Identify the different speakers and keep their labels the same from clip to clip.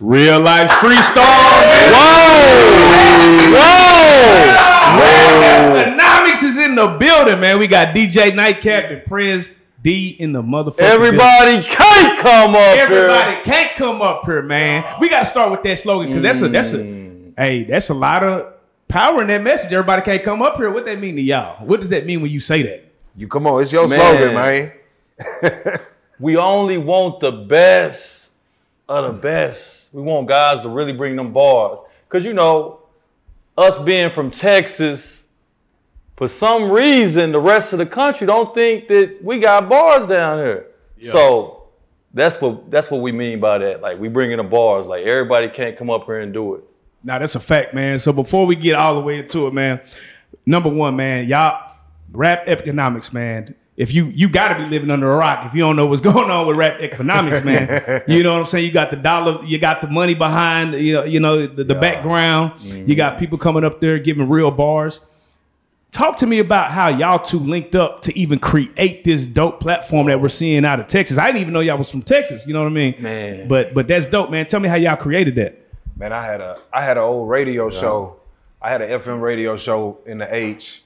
Speaker 1: Real life street star. Whoa! Whoa! Economics is in the building, man. We got DJ Nightcap and Prez D in the motherfucker.
Speaker 2: Everybody can't come up
Speaker 1: Everybody
Speaker 2: here.
Speaker 1: can't come up here, man. We got to start with that slogan because that's a that's a
Speaker 2: Mm.
Speaker 1: hey, that's a lot of power in that message. Everybody can't come up here. What that mean to y'all? What does that mean when you say that?
Speaker 3: You come on, it's your
Speaker 2: Man.
Speaker 3: slogan, man.
Speaker 2: We only want the best of the best. We want guys to really bring them bars. Cause you know, us being from Texas, for some reason the rest of the country don't think that we got bars down here. So that's what that's what we mean by that. Like we bringing the bars. Like everybody can't come up here and do it.
Speaker 1: Now that's a fact, man. So before we get all the way into it, man, number one, man, y'all rap economics, man. If you you gotta be living under a rock if you don't know what's going on with rap economics, man. you know what I'm saying? You got the dollar, you got the money behind, you know, you know, the, the background. You got people coming up there giving real bars. Talk to me about how y'all two linked up to even create this dope platform that we're seeing out of Texas. I didn't even know y'all was from Texas, you know what I mean?
Speaker 2: Man.
Speaker 1: But but that's dope, man. Tell me how y'all created that.
Speaker 3: Man, I had a I had an old radio show. I had an FM radio show in the H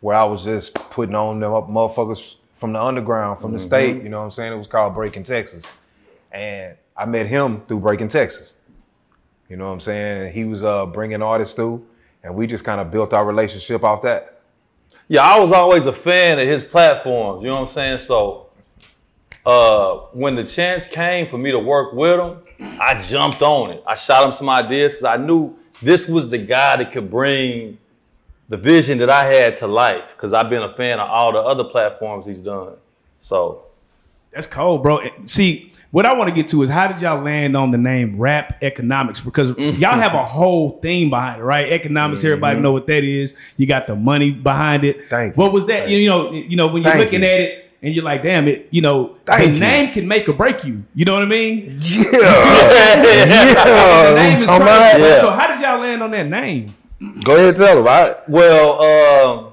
Speaker 3: where I was just putting on them up motherfuckers from the underground, from the state, you know what I'm saying? It was called Breaking Texas. And I met him through Breaking Texas. You know what I'm saying? And he was uh, bringing artists through, and we just kind of built our relationship off that.
Speaker 2: yeah, I was always a fan of his platforms. You know what I'm saying? So uh, when the chance came for me to work with him, I jumped on it. I shot him some ideas because I knew this was the guy that could bring the vision that I had to life. Because I've been a fan of all the other platforms he's done. So
Speaker 1: That's cold, bro. See, what I want to get to is how did y'all land on the name Rap Economics? Because
Speaker 3: Mm.
Speaker 1: y'all have a whole theme behind it, right? Economics. Everybody know what that is. You got the money behind it.
Speaker 3: Mm-hmm. Thank you.
Speaker 1: what was that? You know, you know when you're
Speaker 3: Thank
Speaker 1: looking
Speaker 3: you.
Speaker 1: at it and you're like, damn it, you know, the
Speaker 3: Thank you.
Speaker 1: name can make or break you. You know what I mean?
Speaker 3: Yeah,
Speaker 1: the name
Speaker 3: I'm
Speaker 1: is
Speaker 3: talking about
Speaker 1: crazy.
Speaker 2: it.
Speaker 1: So how did y'all land on that name?
Speaker 3: Go ahead, tell him. I,
Speaker 2: Well, um,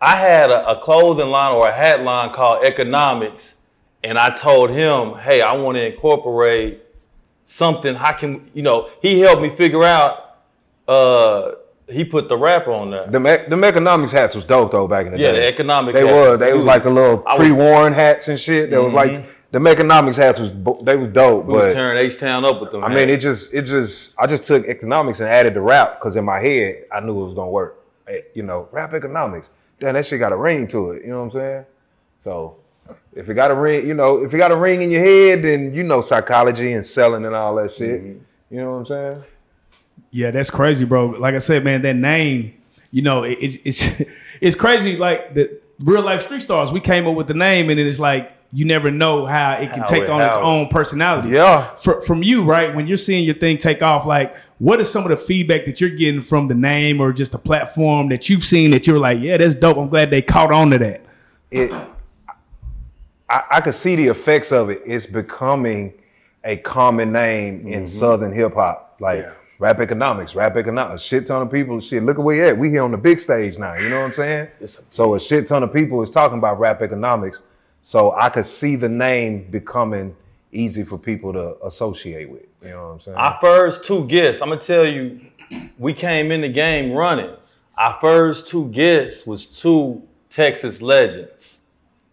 Speaker 2: I had a, a clothing line or a hat line called Economics, and I told him, "Hey, I want to incorporate something. How can you know?" He helped me figure out. Uh, he put the rap on there.
Speaker 3: them, ec- them economics hats was dope though back in the
Speaker 2: yeah,
Speaker 3: day.
Speaker 2: the economic.
Speaker 3: They
Speaker 2: hat.
Speaker 3: was. They was like the little
Speaker 2: I was- Mm-hmm.
Speaker 3: pre-worn hats and shit. They was like the economics hats was bo- they was dope.
Speaker 2: We was
Speaker 3: But
Speaker 2: tearing H Town up with them.
Speaker 3: I mean, it
Speaker 2: hats.
Speaker 3: just it just I just took economics and added the rap because in my head I knew it was gonna work. Eh, You know, rap economics. Damn, that shit got a ring to it. You know what I'm saying? So if it got a ring, you know, if it got a ring in your head, then you know psychology and selling and all that shit.
Speaker 2: Mm-hmm.
Speaker 3: You know what I'm saying?
Speaker 1: Yeah, that's crazy, bro. Like I said, man, that name, you know, it, it's it's it's crazy. Like the real life street stars, we came up with the name, and it's like you never know how it can
Speaker 2: How
Speaker 1: take
Speaker 2: it-
Speaker 1: on its
Speaker 2: how it-
Speaker 1: own personality.
Speaker 3: Yeah.
Speaker 1: Fr- from you, right? When you're seeing your thing take off, like what is some of the feedback that you're getting from the name or just the platform that you've seen that you're like, yeah, that's dope. I'm glad they caught on to that.
Speaker 3: it I, I could see the effects of it. It's becoming a common name in Southern hip hop. Like rap economics, rap economics. Shit ton of people, shit, look at where we at. We here on the big stage now. You know what I'm saying? so a shit ton of people is talking about rap economics. So I could see the name becoming easy for people to associate with. You know what I'm saying?
Speaker 2: Our first two guests, I'm gonna tell you, we came in the game running. Our first two guests was two Texas legends.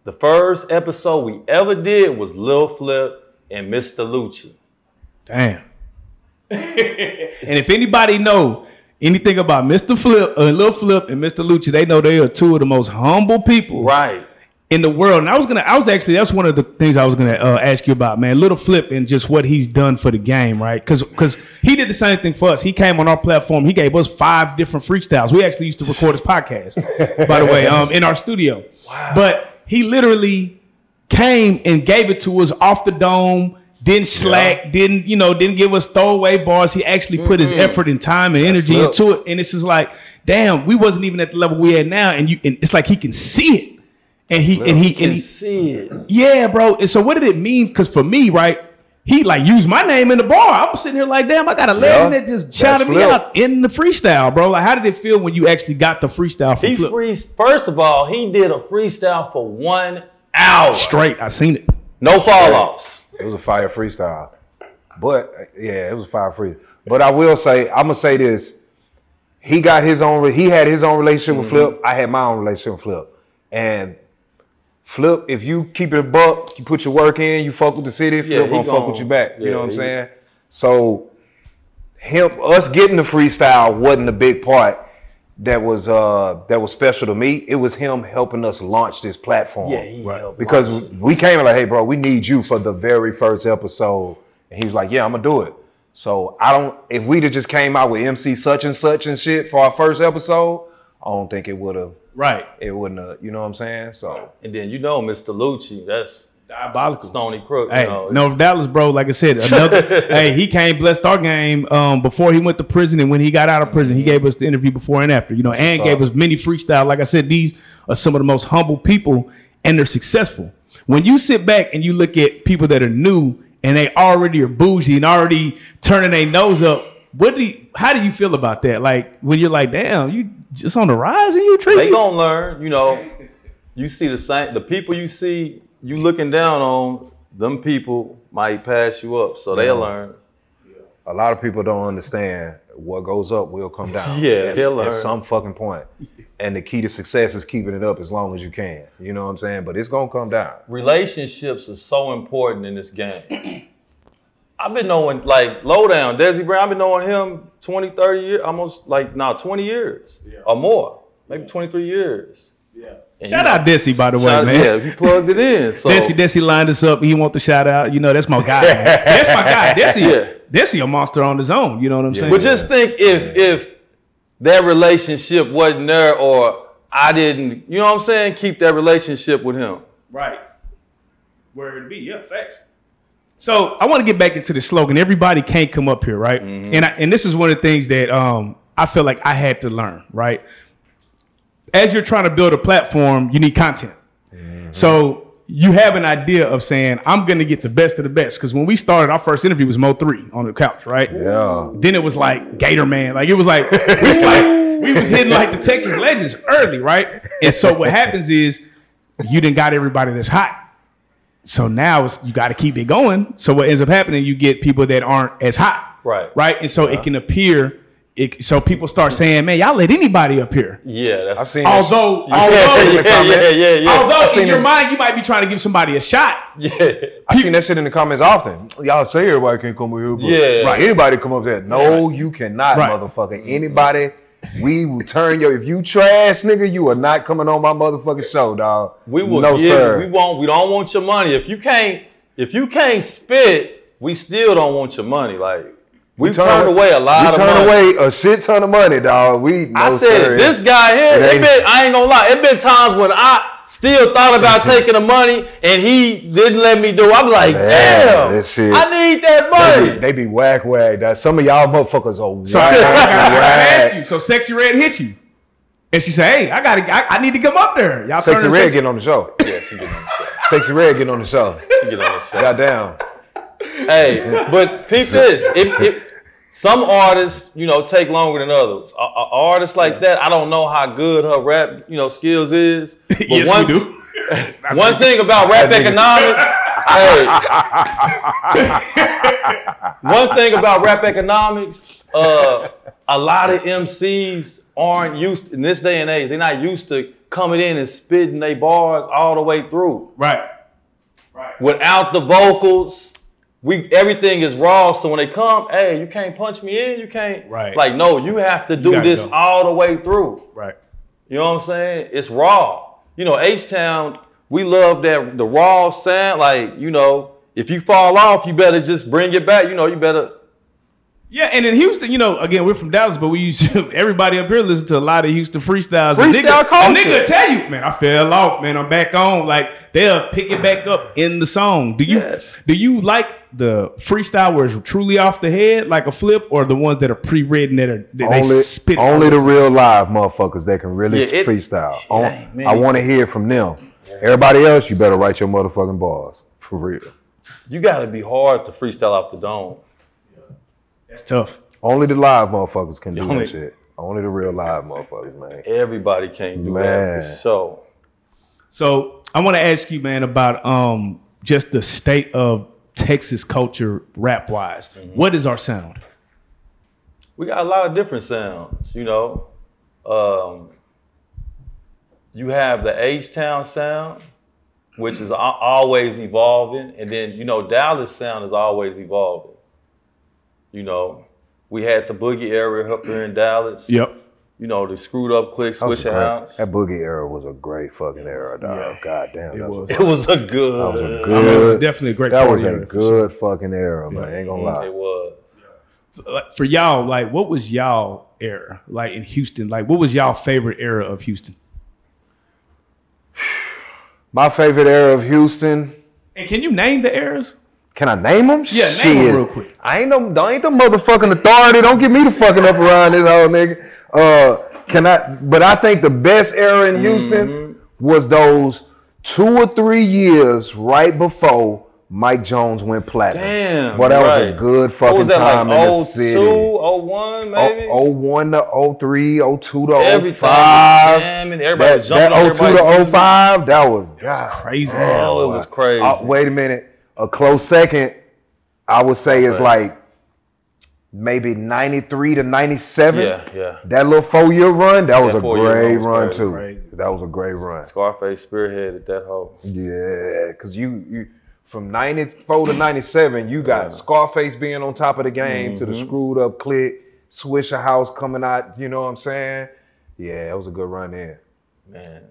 Speaker 2: The first episode we ever did was Lil Flip and Mr. Lucci.
Speaker 1: Damn. and if anybody know anything about Mr. Flip, uh, Lil Flip, and Mr. Lucci, they know they are two of the most humble people
Speaker 2: Right.
Speaker 1: in the world. And I was gonna, I was actually, that's one of the things I was gonna uh, ask you about, man. Little Flip and just what he's done for the game, right? Because because he did the same thing for us. He came on our platform. He gave us five different freestyles. We actually used to record his podcast, by the way, um, in our studio. But he literally came and gave it to us off the dome. Didn't slack, didn't you know? Didn't give us throwaway bars. He actually put his effort and time and energy
Speaker 2: Flip.
Speaker 1: into it, and it's just like, damn, we wasn't even at the level we at now, and you, and it's like he can see it, and he, and he,
Speaker 2: Can
Speaker 1: and he,
Speaker 2: see it.
Speaker 1: yeah, bro. And so what did it mean? Because for me, right, he like used my name in the bar. I'm sitting here like, damn, I got a legend
Speaker 3: Yeah,
Speaker 1: that just
Speaker 3: that's
Speaker 1: shouted me
Speaker 3: Flip.
Speaker 1: out in the freestyle, bro. Like, how did it feel when you actually got the freestyle from
Speaker 2: He
Speaker 1: Flip?
Speaker 2: free, first of all, he did a freestyle for one hour.
Speaker 1: Straight, I seen it.
Speaker 2: No fall offs.
Speaker 3: it was a fire freestyle. But uh, yeah, it was fire free. But I will say, I'm gonna say this. He got his own. re- He had his own relationship with
Speaker 2: Mm-hmm.
Speaker 3: Flip. I had my own relationship with Flip. And Flip, if you keep it a buck, you put your work in, you fuck with the city. Flip
Speaker 2: he
Speaker 3: gonna, fuck
Speaker 2: gonna-
Speaker 3: with you back. you
Speaker 2: yeah,
Speaker 3: know what I'm
Speaker 2: he-
Speaker 3: saying? So him, us getting the freestyle wasn't the big part. That was uh that was special to me. It was him helping us launch this platform.
Speaker 2: Yeah, he Right. helped
Speaker 3: because we came and like, hey, bro, we need you for the very first episode, and he was like, yeah, I'm gonna do it. So I don't. If we'd have just came out with MC such and such and shit for our first episode, I don't think it would have.
Speaker 1: Right.
Speaker 3: It wouldn't have. You know what I'm saying? So
Speaker 2: And then you know Mr. Lucci, that's
Speaker 1: Diabolical.
Speaker 2: Stony Crook.
Speaker 1: Hey,
Speaker 2: you know.
Speaker 1: no Dallas, bro. Like I said, another. hey, he came blessed our game um, before he went to prison, and when he got out of prison, he gave us the interview before and after. You know, and gave us many freestyle. Like I said, these are some of the most humble people, and they're successful. When you sit back and you look at people that are new and they already are bougie and already turning their nose up, what do you, how do you feel about that? Like when you're like, damn, you just on the rise and you
Speaker 2: they
Speaker 1: treat
Speaker 2: gonna learn. You know, you see the same the people you see you looking down on them people might pass you up, so
Speaker 1: Mm-hmm.
Speaker 2: they'll learn.
Speaker 3: a lot of people don't understand what goes up will come down.
Speaker 2: Yeah,
Speaker 3: at,
Speaker 2: they'll learn.
Speaker 3: at some fucking point. And the key to success is keeping it up as long as you can. You know what I'm saying? But it's gonna come down.
Speaker 2: Relationships are so important in this game. I've been knowing like Lowdown, Desi Brown, I've been knowing him 20, 30 years, almost like now 20 years or more, maybe 23 years. Yeah.
Speaker 1: Shout out Desi, by the way, man.
Speaker 2: Yeah, he plugged it in. So
Speaker 1: Desi, Desi lined us up. He want the shout out. You know, that's my guy. man. that's my guy. Desi,
Speaker 2: Yeah.
Speaker 1: Desi a monster on his own. You know what I'm saying?
Speaker 2: But just think if if that relationship wasn't there or I didn't, you know what I'm saying? Keep that relationship with him.
Speaker 1: right. Where it be? Yeah, facts. So I want to get back into the slogan. Everybody can't come up here, right?
Speaker 2: Mm-hmm.
Speaker 1: And I, and this is one of the things that um I feel like I had to learn, right? As you're trying to build a platform, you need content.
Speaker 2: Mm-hmm.
Speaker 1: So you have an idea of saying, I'm gonna get the best of the best. Cause when we started, our first interview was Mo 3 on the couch, right?
Speaker 3: Yeah.
Speaker 1: Then it was like Gator Man. Like it was like we was like we was hitting like the Texas legends early, right? And so what happens is you didn't got everybody that's hot. So now it's, you got to keep it going. So what ends up happening, you get people that aren't as hot,
Speaker 2: Right.
Speaker 1: Right, and so it can appear. It, so people start saying, "Man, y'all let anybody up here."
Speaker 2: Yeah, that's
Speaker 3: I've seen
Speaker 1: Although,
Speaker 2: yeah,
Speaker 1: although,
Speaker 2: yeah, yeah, yeah, yeah.
Speaker 3: I've
Speaker 1: although
Speaker 3: seen
Speaker 1: in your
Speaker 3: it.
Speaker 1: mind you might be trying to give somebody a shot,
Speaker 2: yeah.
Speaker 3: I seen that shit in the comments often. Y'all say everybody can come up here, but
Speaker 2: Yeah.
Speaker 3: right. anybody come up there. No, you cannot,
Speaker 1: Right.
Speaker 3: motherfucker. Anybody, we will turn your. If you trash, nigga, you are not coming on my motherfucking show, dog.
Speaker 2: We will
Speaker 3: no,
Speaker 2: give,
Speaker 3: sir.
Speaker 2: we won't we don't want your money. If you can't if you can't spit, we still don't want your money. Like we turned away a lot
Speaker 3: we
Speaker 2: of money.
Speaker 3: turn away a shit ton of money, dog. We. No,
Speaker 2: I said
Speaker 3: sir.
Speaker 2: this guy here.
Speaker 3: It
Speaker 2: It
Speaker 3: ain't-
Speaker 2: been, I ain't gonna lie. It been times when I still thought about taking the money and he didn't let me do. it. I'm like,
Speaker 3: Man,
Speaker 2: damn,
Speaker 3: that shit-
Speaker 2: I need that
Speaker 3: They
Speaker 2: money.
Speaker 3: be, they be whack whack. Dog. Some of y'all motherfuckers are
Speaker 1: So I gotta, I gotta- I
Speaker 3: whack.
Speaker 1: gotta ask
Speaker 3: whack.
Speaker 1: you. So sexy red hit you, and she said, "Hey, I gotta, I, I need to come up there." Y'all
Speaker 3: Sexy
Speaker 1: turning
Speaker 3: Red getting on the show.
Speaker 2: Yeah, she get on the show.
Speaker 3: Sexy Red getting on the show.
Speaker 2: She get on the show.
Speaker 3: Goddamn.
Speaker 2: Hey, but peep this. It, it, some artists, you know, take longer than others. A, a artist like that, I don't know how good her rap, you know, skills is. But
Speaker 1: yes,
Speaker 2: one,
Speaker 1: we do.
Speaker 2: One thing about rap
Speaker 3: That nigga-
Speaker 2: economics, hey. one thing about rap economics, uh, a lot of MCs aren't used in this day and age. They're not used to coming in and spitting their bars all the way through
Speaker 1: Right.
Speaker 2: without the vocals. We everything is raw. So when they come, hey, you can't punch me in. You can't.
Speaker 1: Right.
Speaker 2: Like no, you have to do
Speaker 1: gotta
Speaker 2: this
Speaker 1: go.
Speaker 2: all the way through.
Speaker 1: Right.
Speaker 2: You know what I'm saying? It's raw. You know, H Town, we love that the raw sound. Like, you know, if you fall off, you better just bring it back. You know, you better.
Speaker 1: Yeah, and in Houston, you know, again, we're from Dallas, but we used to, everybody up here listen to a lot of Houston freestyles. A
Speaker 2: Freestyle
Speaker 1: nigga,
Speaker 2: culture.
Speaker 1: A nigga tell you, man, I fell off, man, I'm back on. Like they'll pick it back up in the song. Do you
Speaker 2: Yes.
Speaker 1: do you like the freestyle where it's truly off the head, like a flip, or the ones that are pre-written that are that they
Speaker 3: Only,
Speaker 1: spit?
Speaker 3: only the real live motherfuckers that can really
Speaker 2: Yeah, it-
Speaker 3: freestyle.
Speaker 2: Yeah,
Speaker 3: On-
Speaker 2: man.
Speaker 3: I want to hear from them. Everybody else, you better write your motherfucking bars for real.
Speaker 2: You gotta be hard to freestyle off the dome.
Speaker 1: That's tough.
Speaker 3: Only the live motherfuckers can do
Speaker 2: Only-
Speaker 3: that shit. Only the real live motherfuckers, man.
Speaker 2: Everybody can't do that
Speaker 3: Man.
Speaker 2: for sure.
Speaker 1: So I want to ask you, man, about um just the state of Texas culture rap wise? What is our sound?
Speaker 2: we got a lot of different sounds, you know. Um, you have the H Town sound, which is al- always evolving, and then you know Dallas sound is always evolving. You know, we had the boogie area up here in Dallas.
Speaker 1: Yep.
Speaker 2: You know the screwed up click
Speaker 3: was
Speaker 2: switch
Speaker 3: a great-
Speaker 2: house.
Speaker 3: That boogie era was a great fucking era, dog. God damn, that
Speaker 1: was.
Speaker 3: was,
Speaker 2: It was a
Speaker 3: that was a
Speaker 2: good.
Speaker 1: I mean, it was
Speaker 3: good.
Speaker 1: definitely a great
Speaker 3: that was
Speaker 1: party
Speaker 3: a
Speaker 1: era.
Speaker 3: good fucking era, man. Ain't gonna lie.
Speaker 2: It was.
Speaker 1: Like, For y'all, like what was y'all era like in Houston? Like what was y'all favorite era of Houston?
Speaker 3: My favorite era of Houston.
Speaker 1: And can you name the eras?
Speaker 3: Can I name them?
Speaker 1: Yeah, name 'em real quick.
Speaker 3: I ain't no, I ain't the motherfucking authority. Don't get me to fucking up around this whole nigga. Uh, can I? But I think the best era in Houston
Speaker 2: Mm-hmm.
Speaker 3: was those two or three years right before Mike Jones went platinum.
Speaker 2: Damn.
Speaker 3: boy, that was
Speaker 2: right.
Speaker 3: a good fucking
Speaker 2: What was that
Speaker 3: time in
Speaker 2: like?
Speaker 3: the city.
Speaker 2: 02, 01, maybe.
Speaker 3: Oh, 01 to 03, 02 to
Speaker 2: Everything
Speaker 3: 05.
Speaker 2: was jamming, everybody
Speaker 3: That,
Speaker 2: was jumping on
Speaker 3: that 02
Speaker 2: everybody's
Speaker 3: to
Speaker 2: music.
Speaker 3: 05, that was, God,
Speaker 1: Crazy.
Speaker 2: Oh, it was crazy.
Speaker 3: uh, wait a minute. A close second, I would say, is like maybe 93 to 97.
Speaker 2: Yeah, yeah.
Speaker 3: That little four year run, that was a
Speaker 2: four-year run
Speaker 3: great
Speaker 2: was
Speaker 3: run,
Speaker 2: crazy.
Speaker 3: too.
Speaker 1: Crazy.
Speaker 3: That was a great run.
Speaker 2: Scarface spearheaded that whole.
Speaker 3: Yeah, because you, you, from 94 to 97, you got Scarface being on top of the game to the
Speaker 2: Mm-hmm.
Speaker 3: screwed up click, Swisher House coming out, you know what I'm saying? Yeah, that was a good run there.
Speaker 2: Man.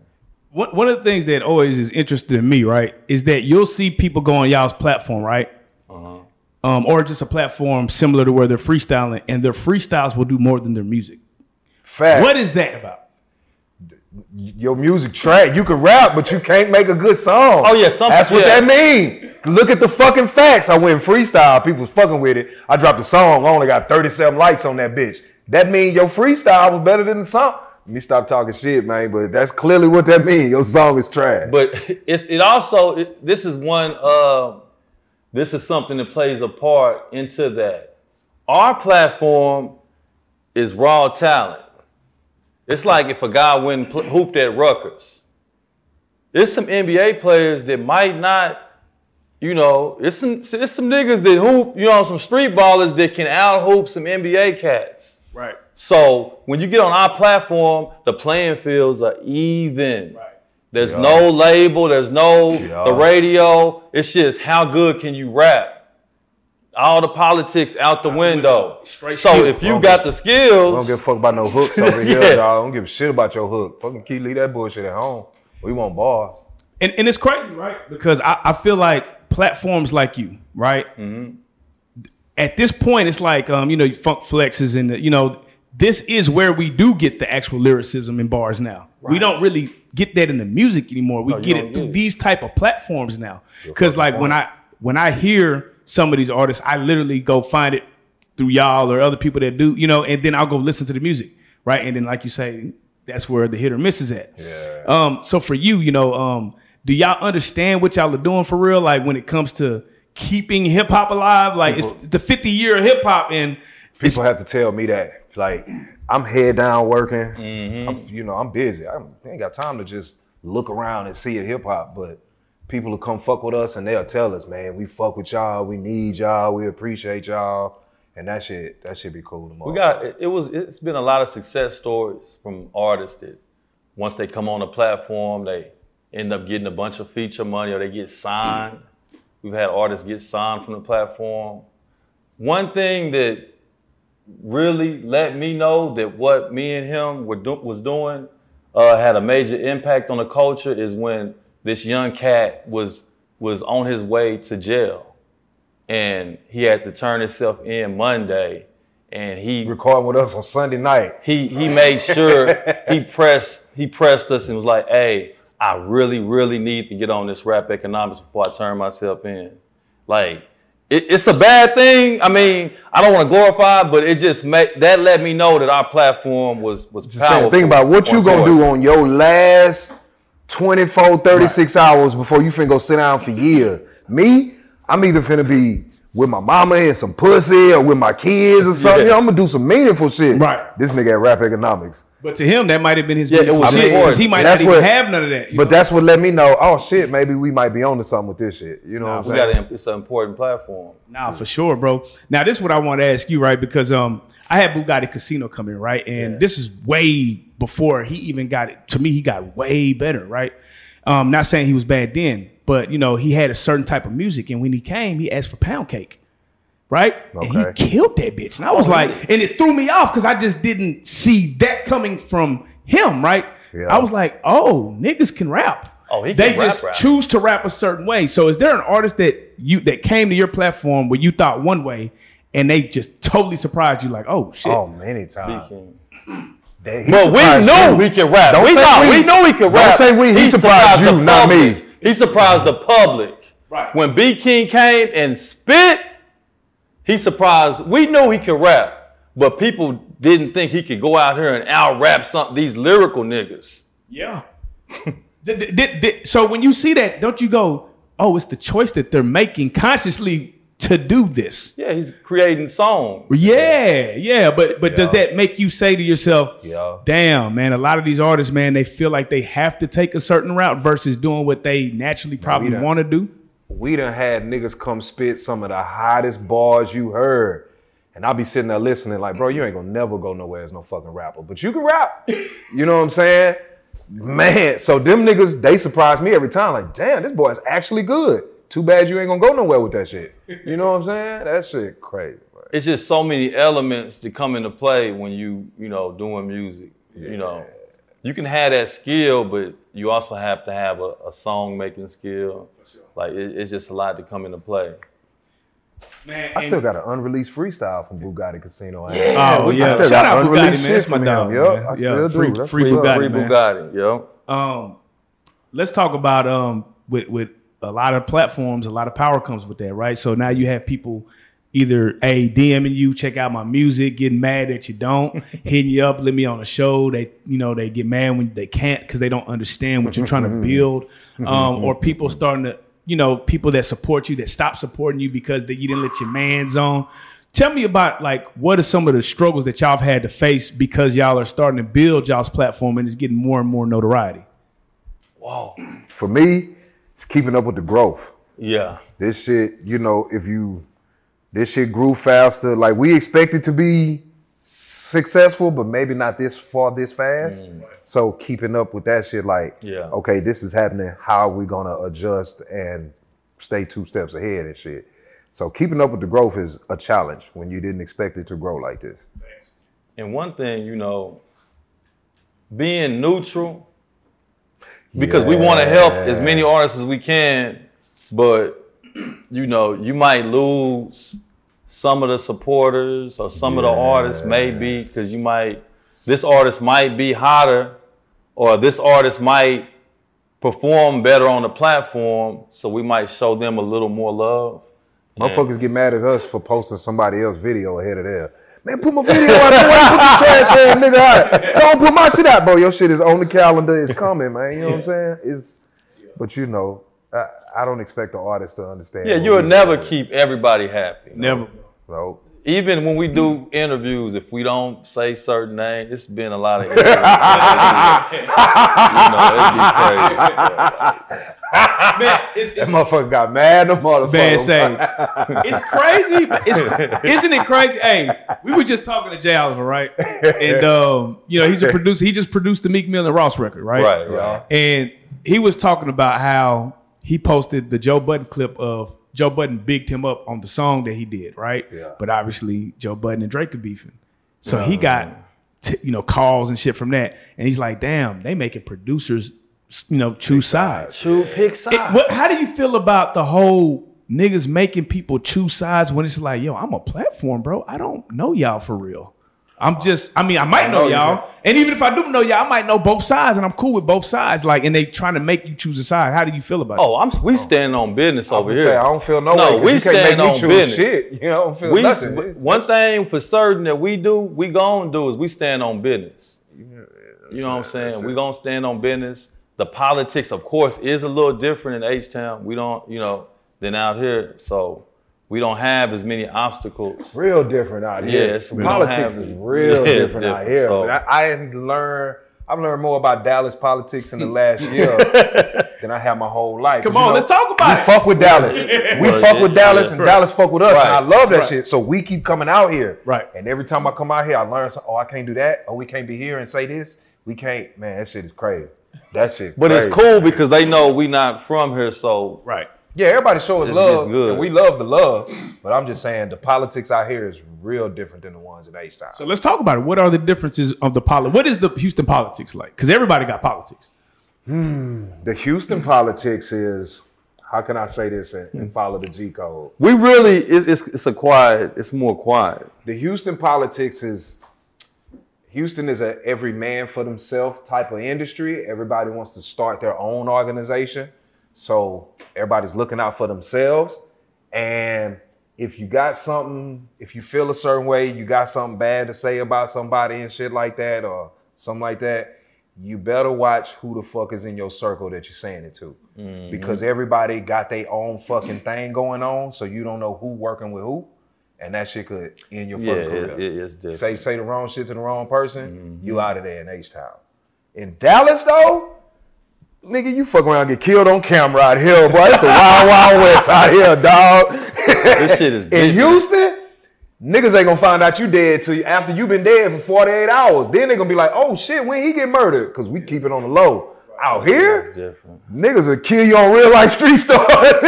Speaker 1: one, one of the things that always is interesting to me, right, is that you'll see people go on y'all's platform, right?
Speaker 2: Uh-huh.
Speaker 1: Um, or just a platform similar to where they're freestyling, and their freestyles will do more than their music.
Speaker 3: Fact.
Speaker 1: What is that about?
Speaker 3: your music track. You can rap, but you can't make a good song.
Speaker 2: Oh, yeah, some-
Speaker 3: That's what
Speaker 2: yeah.
Speaker 3: that mean. Look at the fucking facts. I went freestyle. People was fucking with it. I dropped a song. I only got 37 likes on that bitch. That mean your freestyle was better than the song. Let me stop talking shit, man. But that's clearly what that mean. Your song is trash.
Speaker 2: But it's it also it, this is one um this is something that plays a part into that. Our platform is raw talent. It's like if a guy went and pl- hooped at Rutgers. There's some NBA players that might not, you know, it's some it's some niggas that hoop, you know, some street ballers that can out hoop some NBA cats.
Speaker 1: Right.
Speaker 2: So when you get on our platform, the playing fields are even. There's
Speaker 3: Yeah.
Speaker 2: no label. There's no
Speaker 3: Yeah.
Speaker 2: the radio. It's just how good can you rap? All the politics out the window.
Speaker 1: Straight
Speaker 2: So
Speaker 1: skill.
Speaker 2: if you got the
Speaker 3: I don't
Speaker 2: skills,
Speaker 3: give a fuck about no hooks over here,
Speaker 2: Yeah.
Speaker 3: dog. I don't give a shit about your hook. Fucking keep leave that bullshit at home. We want bars.
Speaker 1: and, and it's crazy, right? Because I, I feel like platforms like you, right?
Speaker 2: Mm-hmm.
Speaker 1: At this point, it's like um, you know, Funk Flexes and the, you know, this is where we do get the actual lyricism in bars now. We don't really get that in the music anymore. We
Speaker 2: you
Speaker 1: get
Speaker 2: don't
Speaker 1: it through
Speaker 2: get it.
Speaker 1: these type of platforms now. Because like when I when I hear some of these artists, I literally go find it through y'all or other people that do, you know, and then I'll go listen to the music, right? And then like you say, that's where the hit or miss is at.
Speaker 3: Yeah.
Speaker 1: Um, so for you, you know, um, do y'all understand what y'all are doing for real? Like when it comes to keeping hip hop alive, like it's, it's the 50 year of hip hop and it's
Speaker 3: people have to tell me that. Like, I'm head down working.
Speaker 2: Mm-hmm.
Speaker 3: I'm, you know, I'm busy. I'm, I ain't got time to just look around and see a hip hop. But people who come fuck with us and they'll tell us, man, we fuck with y'all. We need y'all. We appreciate y'all. And that shit, that should be cool tomorrow.
Speaker 2: we got it, it was it's been a lot of success stories from artists that once they come on the platform, they end up getting a bunch of feature money or they get signed. We've had artists get signed from the platform. One thing that really let me know that what me and him were do- was doing uh, had a major impact on the culture is when this young cat was was on his way to jail, and he had to turn himself in Monday, and he
Speaker 3: recording with us on Sunday night.
Speaker 2: he he made sure he pressed he pressed us and was like, "Hey, I really really need to get on this rap economics before I turn myself in." Like, it, it's a bad thing. I mean, I don't want to glorify, it, but it just made that let me know that our platform was was
Speaker 3: Just saying,
Speaker 2: powerful.
Speaker 3: think about what you gonna do on your last 24, 36 hours before you finna go sit down for years. Me, I'm either finna be with my mama and some pussy or with my kids or something.
Speaker 2: Yeah.
Speaker 3: I'm gonna do some meaningful shit.
Speaker 1: Right.
Speaker 3: This nigga at Rap Economics.
Speaker 1: But to him, that might have been his
Speaker 2: Yeah,
Speaker 1: yeah,
Speaker 2: it was
Speaker 1: shit
Speaker 2: important.
Speaker 1: because he might
Speaker 3: That's
Speaker 1: not even
Speaker 3: what-
Speaker 1: have none of that. you
Speaker 3: But
Speaker 1: know?
Speaker 3: that's what let me know. Oh shit, maybe we might be onto something with this shit. You know what
Speaker 2: We
Speaker 3: I'm saying?
Speaker 2: got a, it's an important platform.
Speaker 1: nah, for sure, bro. Now this is what I want to ask you, right? Because um, I had Bugatti Casino come in, right, and this is way before he even got it. To me, he got way better, right? Um, not saying he was bad then, but you know he had a certain type of music, and when he came, he asked for pound cake. right? And
Speaker 3: Okay.
Speaker 1: he killed that bitch. And I
Speaker 2: Oh,
Speaker 1: was like, and it threw me off because I just didn't see that coming from him, right?
Speaker 3: Yeah.
Speaker 1: I was like, oh, niggas can rap.
Speaker 2: Oh, he can
Speaker 1: they
Speaker 2: rap,
Speaker 1: just
Speaker 2: rap.
Speaker 1: choose to rap a certain way. So is there an artist that you that came to your platform where you thought one way and they just totally surprised you, like, oh shit.
Speaker 3: Oh, many times. They- he
Speaker 2: But we
Speaker 3: surprised
Speaker 2: knew
Speaker 3: you.
Speaker 2: we could rap.
Speaker 3: Don't
Speaker 2: we
Speaker 3: say
Speaker 2: thought
Speaker 3: we-
Speaker 2: we knew we
Speaker 3: don't
Speaker 2: could rap.
Speaker 3: say we- he surprised
Speaker 2: the
Speaker 3: you, not me.
Speaker 2: public. He surprised the public.
Speaker 1: Right.
Speaker 2: When B King came and spit, he surprised. We knew he could rap, but people didn't think he could go out here and out rap some these lyrical niggas.
Speaker 1: Yeah. Did- did- did- did- so when you see that, don't you go, oh, it's the choice that they're making consciously to do this.
Speaker 2: Yeah, he's creating songs.
Speaker 1: Yeah, yeah, but but does
Speaker 3: Yeah.
Speaker 1: that make you say to yourself,
Speaker 3: Yeah.
Speaker 1: "Damn, man, a lot of these artists, man, they feel like they have to take a certain route versus doing what they naturally probably
Speaker 3: don't.
Speaker 1: want to do."
Speaker 3: we done had niggas come spit some of the hottest bars you heard. And I'll be sitting there listening, like, bro, you ain't gonna never go nowhere as no fucking rapper. But you can rap. you know what I'm saying? Man, so them niggas, they surprise me every time. Like, damn, this boy is actually good. Too bad you ain't gonna go nowhere with that shit. You know what I'm saying? That shit crazy. bro.
Speaker 2: It's just so many elements that come into play when you you know doing music. You know, you can have that skill, but you also have to have a, a song making skill. Like it, it's just a lot to come into play.
Speaker 1: Man,
Speaker 3: I still got an unreleased freestyle from Bugatti
Speaker 1: Oh
Speaker 3: Casino. I
Speaker 1: yeah,
Speaker 3: still
Speaker 1: shout
Speaker 3: got
Speaker 1: out Bugatti, man.
Speaker 3: unreleased shit
Speaker 1: That's my
Speaker 3: from
Speaker 1: dog.
Speaker 3: him. Yup,
Speaker 1: man.
Speaker 3: I still do.
Speaker 1: free,
Speaker 3: That's
Speaker 1: free
Speaker 3: what's up.
Speaker 1: Bugatti,
Speaker 2: Free
Speaker 1: man.
Speaker 2: Bugatti, yo.
Speaker 1: Um, let's talk about um with with a lot of platforms, a lot of power comes with that, right? So now you have people either a DMing you, check out my music, getting mad that you don't, hitting you up, let me on a show. They you know they get mad when they can't because they don't understand what you're trying to build, um, or people starting to you know people that support you that stop supporting you because that you didn't let your man's on. Tell me about like what are some of the struggles that y'all have had to face because y'all are starting to build y'all's platform and it's getting more and more notoriety.
Speaker 2: Wow.
Speaker 3: For me, it's keeping up with the growth.
Speaker 2: Yeah.
Speaker 3: this shit, you know, if you this shit grew faster, like we expected to be successful, but maybe not this far this fast. So keeping up with that shit, like,
Speaker 2: Yeah.
Speaker 3: okay, this is happening. How are we gonna adjust and stay two steps ahead and shit? So keeping up with the growth is a challenge when you didn't expect it to grow like this.
Speaker 2: And one thing, you know, being neutral, because we want to help as many artists as we can, but you know, you might lose some of the supporters or some of the artists, maybe, because you might, this artist might be hotter or this artist might perform better on the platform, so we might show them a little more love.
Speaker 3: Motherfuckers get mad at us for posting somebody else's video ahead of theirs. Man, put my video out. Boy, put the trash ass nigga out. Don't put my shit out, bro. Your shit is on the calendar. It's coming, man. You know what I'm saying? It's, but you know, I, I don't expect the artist to understand.
Speaker 2: Yeah,
Speaker 3: what
Speaker 2: you will
Speaker 3: we
Speaker 2: never
Speaker 3: do,
Speaker 2: keep everybody happy.
Speaker 1: Never.
Speaker 3: So
Speaker 2: even when we do interviews, if we don't say certain names, it's been a lot of interviews. you know, it'd be crazy.
Speaker 1: Man, it's,
Speaker 3: that
Speaker 1: it's
Speaker 3: motherfucker got mad. The motherfucker.
Speaker 1: bad save. It's crazy. but It's, isn't it crazy? Hey, we were just talking to Jay Oliver, right? And um, you know, he's a producer. He just produced the Meek Mill and Ross record, right?
Speaker 2: Right, right.
Speaker 1: And he was talking about how he posted the Joe Budden clip of Joe Budden bigged him up on the song that he did, right?
Speaker 3: Yeah.
Speaker 1: But obviously, Joe Budden and Drake are beefing, so he got t- you know calls and shit from that, and he's like, "Damn, they making producers." You know, choose sides.
Speaker 2: True pick side.
Speaker 1: It- what, how do you feel about the whole niggas making people choose sides when it's like, yo, I'm a platform, bro. I don't know y'all for real. I'm just, I mean, I might know,
Speaker 3: know you
Speaker 1: y'all. And even if I do know y'all, I might know both sides and I'm cool with both sides. Like, and they trying to make you choose a side. How do you feel about it?
Speaker 2: oh, I'm we standing on business over
Speaker 3: We
Speaker 2: here.
Speaker 3: say, I don't feel no,
Speaker 2: No,
Speaker 3: way. 'cause
Speaker 2: we
Speaker 3: you can't
Speaker 2: stand
Speaker 3: make me
Speaker 2: on
Speaker 3: choose
Speaker 2: business.
Speaker 3: Shit, you know, I don't feel
Speaker 2: we,
Speaker 3: nothing.
Speaker 2: one thing for certain that we do, we gonna do is we stand on business. You know what I'm saying? We gonna stand on business. The politics, of course, is a little different in H Town. We don't, you know, than out here. So we don't have as many obstacles.
Speaker 3: real different out here.
Speaker 2: Yes, we don't
Speaker 3: politics
Speaker 2: have
Speaker 3: is
Speaker 2: it.
Speaker 3: real
Speaker 2: Yeah, it's
Speaker 3: different out
Speaker 2: different,
Speaker 3: here.
Speaker 2: so-
Speaker 3: But I, I had learned. I've learned more about Dallas politics in the last year than I have my whole life.
Speaker 1: Come
Speaker 3: You
Speaker 1: on,
Speaker 3: know,
Speaker 1: let's talk
Speaker 3: We
Speaker 1: about it.
Speaker 3: fuck with Dallas. We
Speaker 2: Well,
Speaker 3: fuck
Speaker 2: yeah,
Speaker 3: with Dallas,
Speaker 2: yeah.
Speaker 3: and Dallas fuck with us. And I
Speaker 2: Right.
Speaker 3: love that shit. So we keep coming out here.
Speaker 1: Right.
Speaker 3: And every time I come out here, I learn something. Oh, I can't do that. Oh, we can't be here and say this. We can't. Man, that shit is crazy. That shit.
Speaker 2: But
Speaker 3: crazy.
Speaker 2: it's cool because they know we not from here, so
Speaker 1: Right.
Speaker 3: Yeah, everybody show us
Speaker 2: It's-
Speaker 3: love.
Speaker 2: it's good.
Speaker 3: and we love the love. But I'm just saying the politics out here is real different than the ones in H Town.
Speaker 1: So let's talk about it. What are the differences of the poli? What is the Houston politics like? Because everybody got politics.
Speaker 3: the Houston politics is how can I say this and, and follow the G code?
Speaker 2: we really it, it's it's a quiet. It's more quiet.
Speaker 3: The Houston politics is Houston is a every man for themselves type of industry. Everybody wants to start their own organization. So everybody's looking out for themselves. And if you got something, if you feel a certain way, you got something bad to say about somebody and shit like that, or something like that, you better watch who the fuck is in your circle that you're saying it to.
Speaker 2: Mm-hmm.
Speaker 3: Because everybody got their own fucking thing going on. So you don't know who working with who. And that shit could end your fucking
Speaker 2: Yeah,
Speaker 3: career
Speaker 2: it, it, it's different.
Speaker 3: say say the wrong shit to the wrong person, you out of there in H Town. In Dallas though, nigga, you fuck around get killed on camera out here, boy. It's the wild wild west out here, dog.
Speaker 2: This shit is
Speaker 3: in
Speaker 2: different.
Speaker 3: Houston. Niggas ain't gonna find out you dead till you, after you been dead for 48 hours. Then they gonna be like, oh shit, when he get murdered? Cause we keep it on the low. Out
Speaker 2: It's
Speaker 3: here,
Speaker 2: different.
Speaker 3: niggas will kill you on real life street stars.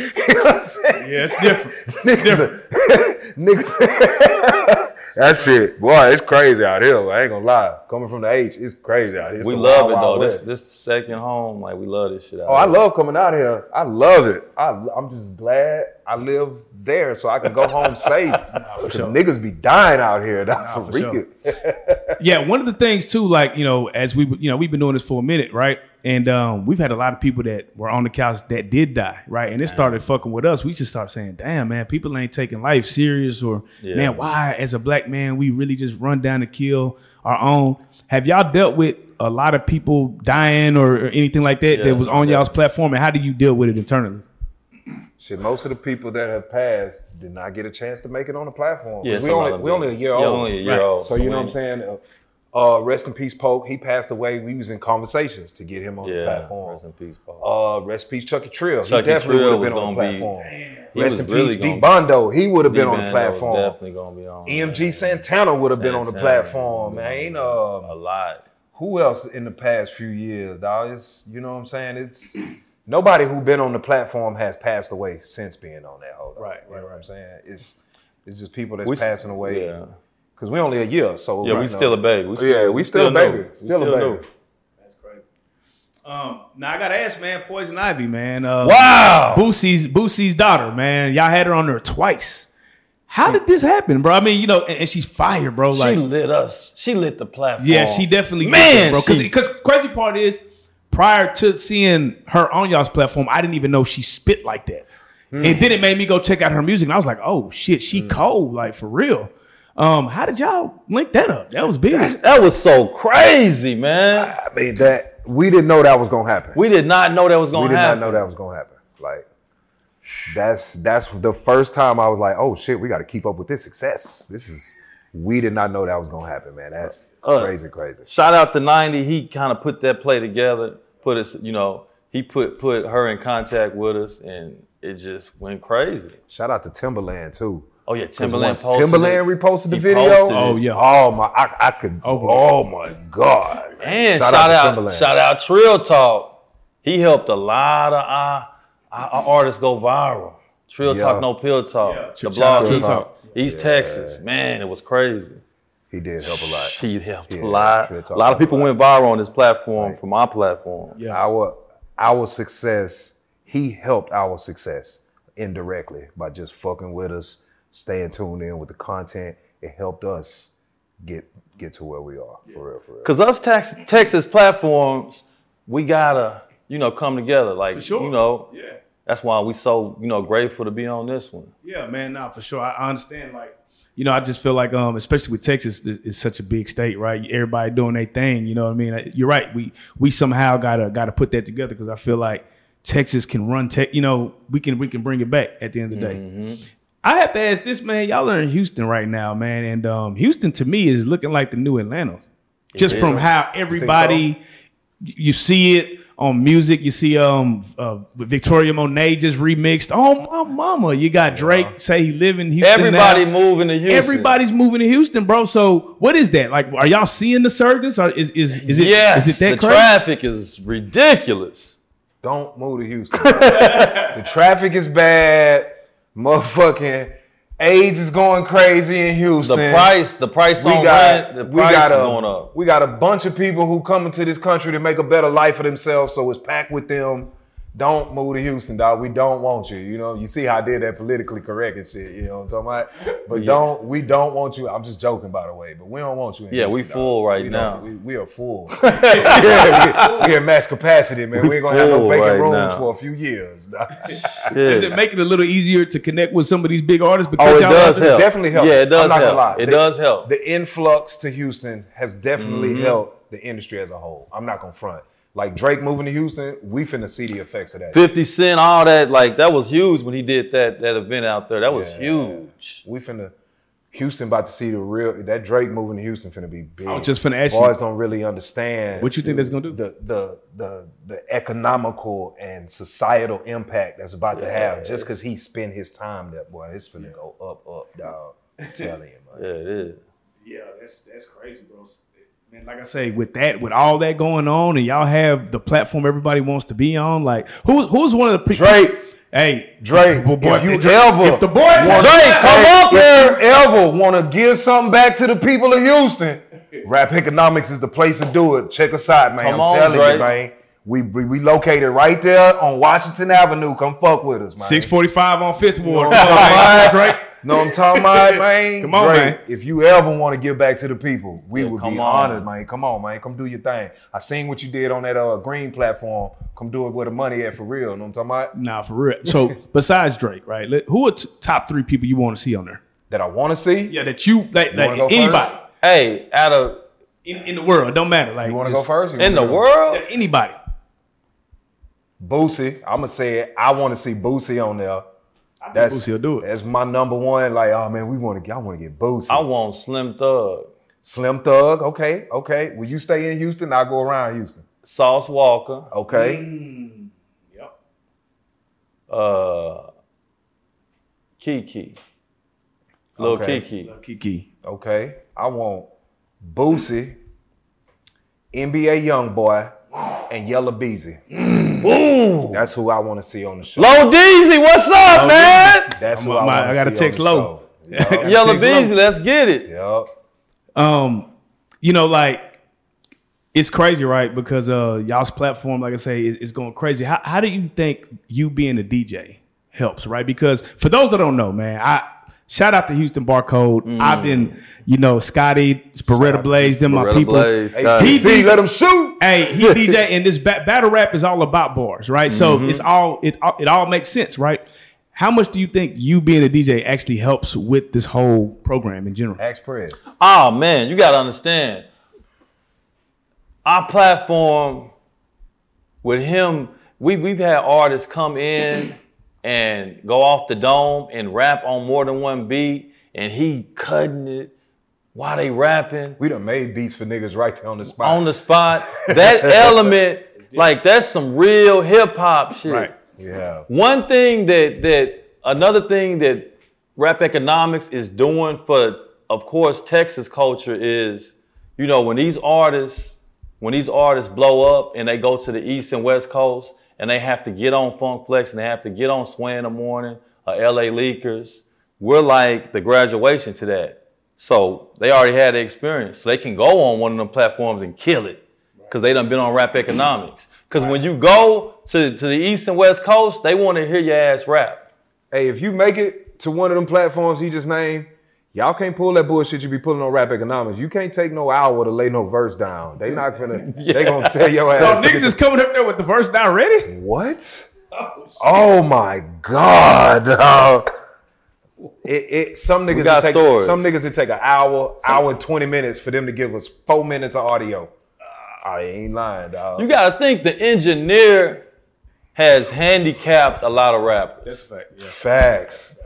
Speaker 3: you know what I'm saying?
Speaker 1: Yeah, it's different.
Speaker 3: Niggas, niggas. that shit, boy, it's crazy out here. I ain't gonna lie. Coming from the H, it's crazy out here. It's
Speaker 2: We
Speaker 3: the
Speaker 2: love
Speaker 3: Wild
Speaker 2: it
Speaker 3: Wild
Speaker 2: though. This
Speaker 3: West.
Speaker 2: this second home, like we love this shit. Out
Speaker 3: oh, I
Speaker 2: here.
Speaker 3: love coming out here. I love it. I, am just glad I live there so I can go home safe. Because
Speaker 1: sure.
Speaker 3: Niggas be dying out here. Not for,
Speaker 1: for
Speaker 3: real.
Speaker 1: sure. yeah, one of the things too, like you know, as we you know we've been doing this for a minute, right? And um, we've had a lot of people that were on the couch that did die, right? And it started fucking with us. We just started saying, "Damn, man, people ain't taking life serious," or
Speaker 2: Yeah.
Speaker 1: "Man, why as a black man we really just run down to kill our own?" Have y'all dealt with a lot of people dying or, or anything like that
Speaker 2: Yeah,
Speaker 1: that was on
Speaker 2: yeah.
Speaker 1: y'all's platform, and how do you deal with it internally?
Speaker 3: Shit, most of the people that have passed did not get a chance to make it on the platform. 'Cause
Speaker 2: Yeah, it's
Speaker 3: we
Speaker 2: a lot
Speaker 3: only
Speaker 2: of
Speaker 3: we only a
Speaker 2: them.
Speaker 3: year
Speaker 2: Yeah,
Speaker 3: old.
Speaker 2: only a year
Speaker 1: Right.
Speaker 2: old.
Speaker 3: So you know
Speaker 2: we-
Speaker 3: what I'm saying? Uh, uh, rest in peace, Polk. He passed away. We was in conversations to get him on the
Speaker 2: Yeah.
Speaker 3: platform.
Speaker 2: Rest in peace, Paul.
Speaker 3: Uh, rest in peace, Chucky Trill.
Speaker 2: Chuck E.
Speaker 3: he definitely
Speaker 2: Trill
Speaker 3: would have been
Speaker 2: was
Speaker 3: on the
Speaker 2: gonna be-
Speaker 3: platform.
Speaker 2: He
Speaker 3: Rest
Speaker 2: was
Speaker 3: in
Speaker 2: really
Speaker 3: peace,
Speaker 2: gonna-
Speaker 3: D Bondo. He would have been on the
Speaker 2: D-Bando was
Speaker 3: platform.
Speaker 2: Definitely gonna be on.
Speaker 3: EMG Santana would have been on the
Speaker 2: Santana.
Speaker 3: platform, man.
Speaker 2: A
Speaker 3: Uh,
Speaker 2: lot.
Speaker 3: who else in the past few years, dog? It's, you know what I'm saying? It's nobody who been on the platform has passed away since being on that hold.
Speaker 1: Right,
Speaker 3: You
Speaker 1: right,
Speaker 3: know what I'm saying? It's it's just people that's
Speaker 2: We-
Speaker 3: passing away.
Speaker 2: Yeah.
Speaker 3: Cause we only a year, so
Speaker 2: Yeah,
Speaker 3: you
Speaker 2: we
Speaker 3: Oh, know.
Speaker 2: still a baby. We
Speaker 3: yeah, we still, a baby.
Speaker 2: new. We
Speaker 3: Still, a baby.
Speaker 2: new.
Speaker 1: That's crazy. Um, now I gotta ask, man, Poison Ivy, man. Uh,
Speaker 3: Wow.
Speaker 2: Oh.
Speaker 1: Boosie's Boosie's daughter, man. Y'all had her on there twice. How did this happen, bro? I mean, you know, and, and she's fire, bro. Like,
Speaker 2: she lit us. She lit the platform.
Speaker 1: yeah, she definitely gets it,
Speaker 2: man,
Speaker 1: bro.
Speaker 2: she-
Speaker 1: Because crazy part is, prior to seeing her on y'all's platform, I didn't even know she spit like that.
Speaker 2: Hmm.
Speaker 1: And then it made me go check out her music, and I was like, oh shit, she cold, like for real. Um, how did y'all link that up? That was big.
Speaker 2: That was so crazy, man.
Speaker 3: I mean that we didn't know that was gonna happen.
Speaker 2: We did not know that was
Speaker 3: we
Speaker 2: gonna
Speaker 3: did
Speaker 2: happen.
Speaker 3: not know that was gonna happen. Like that's that's the first time I was like, oh shit, we got to keep up with this success. This is we did not know that was gonna happen, man. That's
Speaker 2: Uh,
Speaker 3: crazy, crazy.
Speaker 2: Shout out to 90. He kind of put that play together, put us, you know, he put put her in contact with us and it just went crazy.
Speaker 3: Shout out to Timberland too.
Speaker 2: Oh yeah,
Speaker 3: 'Cause
Speaker 2: Timberland
Speaker 3: once
Speaker 2: posted
Speaker 3: Timberland
Speaker 2: it.
Speaker 3: reposted the
Speaker 2: He
Speaker 3: video.
Speaker 2: posted it.
Speaker 1: Oh, yeah.
Speaker 3: Oh my, I, I could.
Speaker 1: Over.
Speaker 3: Oh my god. man.
Speaker 2: And shout, out, shout out Trill Talk. He helped a lot of our, our, our artists go viral. Trill
Speaker 3: Yeah.
Speaker 2: Talk, no pill talk.
Speaker 1: Yeah,
Speaker 2: The
Speaker 1: shout
Speaker 2: blog
Speaker 1: out Trill
Speaker 2: East,
Speaker 1: Talk.
Speaker 2: East Texas. Man, it was crazy.
Speaker 3: He did help a lot.
Speaker 2: He helped
Speaker 3: Yeah,
Speaker 2: a lot.
Speaker 3: Trill Talk
Speaker 2: A lot of
Speaker 3: helped a
Speaker 2: people
Speaker 3: lot.
Speaker 2: went viral on this platform from our platform.
Speaker 1: Yeah.
Speaker 3: Our our success. He helped our success indirectly by just fucking with us, staying tuned in with the content. It helped us get get to where we are for real, for real.
Speaker 2: Cause us tax, Texas platforms, we gotta, you know, come together. Like
Speaker 1: sure.
Speaker 2: you know,
Speaker 1: Yeah.
Speaker 2: that's why we so, you know, grateful to be on this one.
Speaker 1: Yeah, man, nah, for sure. I, I understand. Like, you know, I just feel like, um, especially with Texas, th- it's such a big state, right? Everybody doing their thing. You know what I mean? You're right. We we somehow gotta gotta put that together because I feel like Texas can run tech. You know, we can we can bring it back at the end of the day. I have to ask this man. Y'all are in Houston right now, man, and um, Houston to me is looking like the new Atlanta, just
Speaker 2: is.
Speaker 1: from how everybody y- you see it on music. You see um uh, Victoria Monet just remixed. Oh my mama, you got Drake say he live in Houston. now.
Speaker 2: Everybody moving to Houston.
Speaker 1: Everybody's moving to Houston, bro. So what is that? Like, are y'all seeing the surges? Or is is is it is
Speaker 2: Yes,
Speaker 1: it that
Speaker 2: the
Speaker 1: crazy?
Speaker 2: traffic is ridiculous.
Speaker 3: Don't move to Houston. the traffic is bad. Motherfucking AIDS is going crazy in
Speaker 2: The
Speaker 3: Houston.
Speaker 2: price, the price
Speaker 3: we
Speaker 2: on
Speaker 3: got,
Speaker 2: rent, the price
Speaker 3: we got
Speaker 2: is
Speaker 3: a,
Speaker 2: going up.
Speaker 3: We got a bunch of people who come into this country to make a better life for themselves. So it's packed with them. Don't move to Houston, dog. We don't want you. You know, you see how I did that politically correct and shit. You know what I'm talking about? But don't we don't want you. I'm just joking, by the way. But we don't want you. In
Speaker 2: Yeah, we
Speaker 3: Houston, dog.
Speaker 2: full right
Speaker 3: We
Speaker 2: now.
Speaker 3: don't- We, we are full. yeah, we, we at max capacity, man. We, ain't gonna have no
Speaker 2: full
Speaker 3: vacant
Speaker 2: right
Speaker 3: rooms
Speaker 2: now.
Speaker 3: for a few years. dog.
Speaker 1: Does it make it a little easier to connect with some of these big artists? Because
Speaker 2: Oh, it
Speaker 1: y'all
Speaker 2: does
Speaker 1: out there-
Speaker 2: help.
Speaker 3: definitely helps.
Speaker 2: Yeah, it does
Speaker 3: I'm not gonna
Speaker 2: help.
Speaker 3: lie.
Speaker 2: It
Speaker 3: The-
Speaker 2: does help. Mm-hmm.
Speaker 3: The influx to Houston has definitely helped the industry as a whole. I'm not gonna front. Like Drake moving to Houston, we finna see the effects of that.
Speaker 2: 50 Cent, all that, like that was huge when he did that that event out there. That was
Speaker 3: Yeah.
Speaker 2: huge.
Speaker 3: We finna Houston about to see the real that Drake moving to Houston finna be big.
Speaker 1: I was just finna ask you.
Speaker 3: Boys don't really understand
Speaker 1: What you think that's gonna do?
Speaker 3: the the the the economical and societal impact that's about to have just because he spent his time there, boy. It's finna go up, up, dog. I'm telling you, man.
Speaker 2: Yeah, it is.
Speaker 1: Yeah, that's that's crazy, bro. Man, like I say, with that, with all that going on, and y'all have the platform everybody wants to be on. Like, who's who's one of the people?
Speaker 3: Drake.
Speaker 1: Hey,
Speaker 3: Drake,
Speaker 1: Well, boy,
Speaker 3: if you
Speaker 1: if the-
Speaker 3: ever,
Speaker 1: if the boy
Speaker 3: want-
Speaker 1: touch
Speaker 3: Drake,
Speaker 1: that-
Speaker 3: come
Speaker 2: Hey,
Speaker 3: up here, ever want to give something back to the people of Houston, Rap Economics is the place to do it. Check us out, man.
Speaker 2: Come
Speaker 3: I'm
Speaker 2: on,
Speaker 3: telling you,
Speaker 2: Drake.
Speaker 3: man. We, we we located right there on Washington Avenue. Come fuck with us, man.
Speaker 1: six forty five on Fifth Ward.
Speaker 3: Come on, man.
Speaker 1: Drake.
Speaker 3: Know what I'm talking about, man?
Speaker 1: Come on,
Speaker 3: Drake,
Speaker 1: man.
Speaker 3: If you ever want to give back to the people, we
Speaker 2: Yeah,
Speaker 3: would
Speaker 2: come
Speaker 3: be
Speaker 2: on.
Speaker 3: honored, man. Come on, man. Come do your thing. I seen what you did on that uh, green platform. Come do it where the money at for real. Know what I'm talking about?
Speaker 1: Nah, for real. So besides Drake, right? let- Who are t- top three people you want to see on there?
Speaker 3: That I want to see.
Speaker 1: Yeah, that you like, like
Speaker 3: wanna go
Speaker 1: anybody
Speaker 3: first?
Speaker 2: Hey, out of
Speaker 1: in, in the world, don't matter. Like,
Speaker 3: You want to go
Speaker 1: just-
Speaker 3: first? You
Speaker 2: in the
Speaker 3: wanna go?
Speaker 2: world,
Speaker 1: Yeah, Anybody.
Speaker 3: Boosie. I'ma say it. I want to see Boosie on there. That's
Speaker 1: Boosie'll do it.
Speaker 3: That's my number one. Like, oh man, we want to get I want to get Boosie.
Speaker 2: I want Slim Thug,
Speaker 3: Slim Thug. Okay, okay. Will you stay in Houston? I'll go around Houston.
Speaker 2: Sauce Walker,
Speaker 3: Okay.
Speaker 1: Yep.
Speaker 2: uh, Kiki, Lil
Speaker 3: Okay.
Speaker 2: Kiki.
Speaker 1: Kiki.
Speaker 3: Okay. I want Boosie, NBA Young Boy, and Yellow Beezy.
Speaker 2: Boom.
Speaker 3: That's who I want to see on the show.
Speaker 2: Low Deezy, what's up, man?
Speaker 3: That's
Speaker 1: I'm-
Speaker 3: who
Speaker 1: I'm-
Speaker 3: I,
Speaker 1: I gotta
Speaker 3: want to see
Speaker 1: text
Speaker 3: on the
Speaker 1: low.
Speaker 3: show. Yup. Gotta
Speaker 2: Yellow
Speaker 3: text low.
Speaker 2: Beezy, let's get it.
Speaker 3: Yup.
Speaker 1: Um, you know, like it's crazy, right? Because uh y'all's platform, like I say, is, is going crazy. How how do you think you being a DJ helps, right? Because for those that don't know, man, I shout out to Houston Barcode. I've been, you know, Scotty, Sparetta Blaze, them my
Speaker 2: Beretta
Speaker 1: people.
Speaker 2: Blaze,
Speaker 3: Hey,
Speaker 2: Scotty.
Speaker 1: He
Speaker 3: see,
Speaker 1: did-
Speaker 3: let him shoot.
Speaker 1: Hey, he DJ, and this ba- battle rap is all about bars, right? So it's all it all- it all makes sense, right? How much do you think you being a DJ actually helps with this whole program in general?
Speaker 3: Ask Perez.
Speaker 2: Oh man, you gotta understand. Our platform with him, we we've had artists come in and go off the dome and rap on more than one beat, and he cutting it while they rapping
Speaker 3: We done made beats for niggas right there on the spot.
Speaker 2: on the spot. That element, like that's some real hip hop shit.
Speaker 1: Right.
Speaker 3: yeah.
Speaker 2: One thing that that another thing that rap economics is doing for of course Texas culture is, you know, when these artists when these artists blow up and they go to the east and west coast and they have to get on Funk Flex and they have to get on Sway in the morning or LA Leakers, we're like the graduation to that. So they already had the experience. So they can go on one of them platforms and kill it because they done been on rap economics. Because when you go to, to the east and west coast, they want to hear your ass rap.
Speaker 3: Hey, if you make it to one of them platforms he just named, y'all can't pull that bullshit you be pulling on rap economics. You can't take no hour to lay no verse down. They not gonna. They gonna tell your
Speaker 1: Oh,
Speaker 3: ass.
Speaker 1: niggas is coming up there with the verse down ready.
Speaker 3: what? Oh my god. dog. it, it some niggas
Speaker 2: got
Speaker 3: it take
Speaker 2: stories.
Speaker 3: some niggas it take an hour, hour and twenty minutes for them to give us four minutes of audio. I ain't lying, dog.
Speaker 2: You got to think the engineer has handicapped a lot of rappers.
Speaker 1: That's a fact. Yeah.
Speaker 3: Facts.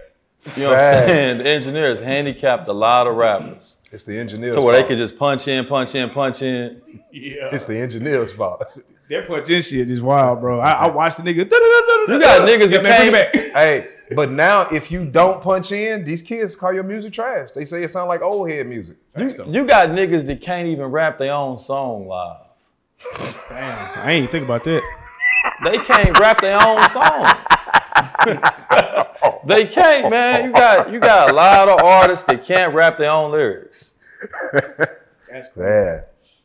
Speaker 2: You know what I'm
Speaker 3: Facts.
Speaker 2: saying? The engineers handicapped a lot of rappers.
Speaker 3: It's the engineer's
Speaker 2: So where they
Speaker 3: fault.
Speaker 2: could just punch in, punch in, punch in.
Speaker 1: yeah.
Speaker 3: It's the engineer's fault.
Speaker 1: That punch in shit is wild, bro. I, I watched the nigga. You
Speaker 2: You got niggas
Speaker 1: Get
Speaker 2: that
Speaker 1: back, bring
Speaker 2: came
Speaker 1: it back.
Speaker 3: hey, but now if you don't punch in, these kids call your music trash. They say it sounds like old head music.
Speaker 2: You got niggas that can't even rap their own song live.
Speaker 1: Damn, I ain't think about that.
Speaker 2: They can't rap their own song. they can't, man. You got you got a lot of artists that can't rap their own lyrics
Speaker 1: That's crazy.
Speaker 3: Yeah.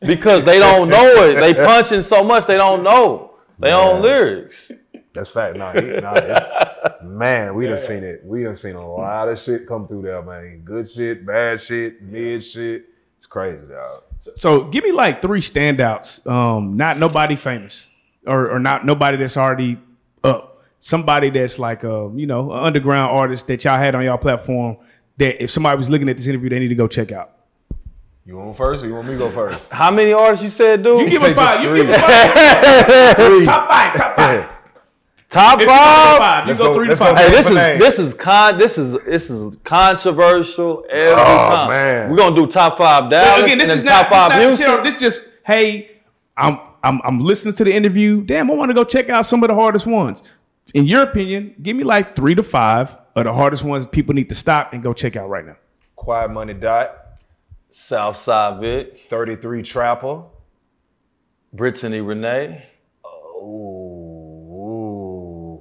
Speaker 2: because they don't know it. They punching so much they don't know their own lyrics.
Speaker 3: That's fact. Nah, he, nah it's, man, we done seen it. We done seen a lot of shit come through there, man. Good shit, bad shit, mid shit. It's crazy, dog.
Speaker 1: So, so give me like three standouts. Um, not nobody famous, or or not nobody that's already up. Somebody that's like a you know an underground artist that y'all had on y'all platform. That if somebody was looking at this interview, they need to go check out.
Speaker 3: You want first or you want me to go first?
Speaker 2: How many artists you said, dude?
Speaker 1: You give us
Speaker 3: said
Speaker 1: five. You
Speaker 3: just
Speaker 1: give
Speaker 3: three.
Speaker 1: us five.
Speaker 3: Three.
Speaker 1: top five. Top five.
Speaker 2: top
Speaker 1: If you go to
Speaker 2: five.
Speaker 1: five, you
Speaker 3: Let's
Speaker 1: go
Speaker 3: go-
Speaker 1: three to
Speaker 3: let's go
Speaker 1: five.
Speaker 2: Hey,
Speaker 3: Name
Speaker 2: this
Speaker 3: for
Speaker 2: is
Speaker 3: name.
Speaker 2: this is con this is this is controversial every time.
Speaker 3: man.
Speaker 2: We're gonna do top five Dallas.
Speaker 1: Oh, again, this
Speaker 2: and
Speaker 1: is
Speaker 2: then
Speaker 1: not,
Speaker 2: top five
Speaker 1: this, is
Speaker 2: Houston.
Speaker 1: not this just hey, I'm I'm I'm listening to the interview. Damn, I want to go check out some of the hardest ones. In your opinion, give me like three to five of the hardest ones people need to stop and go check out right now.
Speaker 3: Quiet Money Dot,
Speaker 2: Southside Vic,
Speaker 3: 33 Trapper.
Speaker 2: Brittany Renee.
Speaker 3: Ooh,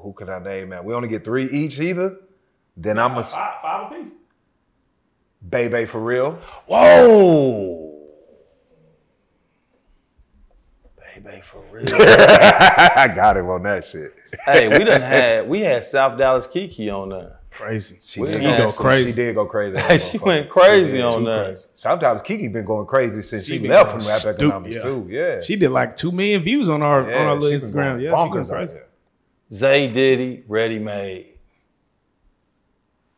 Speaker 3: who could I name, man? We only get three each either. Then I'm a s-
Speaker 1: five apiece.
Speaker 3: Bebe for real.
Speaker 2: Whoa. Baby, for real.
Speaker 3: I got him on that shit.
Speaker 2: hey, we done had we had South Dallas Kiki on there.
Speaker 1: Crazy.
Speaker 3: She
Speaker 2: Well,
Speaker 3: did
Speaker 2: you go
Speaker 3: some-
Speaker 1: crazy.
Speaker 3: She did go crazy. on
Speaker 2: Hey,
Speaker 3: that
Speaker 2: she
Speaker 3: motherfucker.
Speaker 2: went crazy
Speaker 3: did.
Speaker 2: on
Speaker 3: She
Speaker 2: that.
Speaker 3: crazy. Sometimes Kiki been going crazy since
Speaker 1: She
Speaker 3: she,
Speaker 1: been
Speaker 3: left
Speaker 1: going
Speaker 3: from Rap
Speaker 1: stupid,
Speaker 3: Economics
Speaker 1: yeah.
Speaker 3: too. Yeah,
Speaker 1: She did like two million views on our on
Speaker 3: yeah,
Speaker 1: our little
Speaker 3: she been going
Speaker 1: Instagram. Yeah, she
Speaker 3: bonkers
Speaker 1: going
Speaker 3: out
Speaker 1: crazy.
Speaker 3: there.
Speaker 2: Zay Diddy, Ready Made.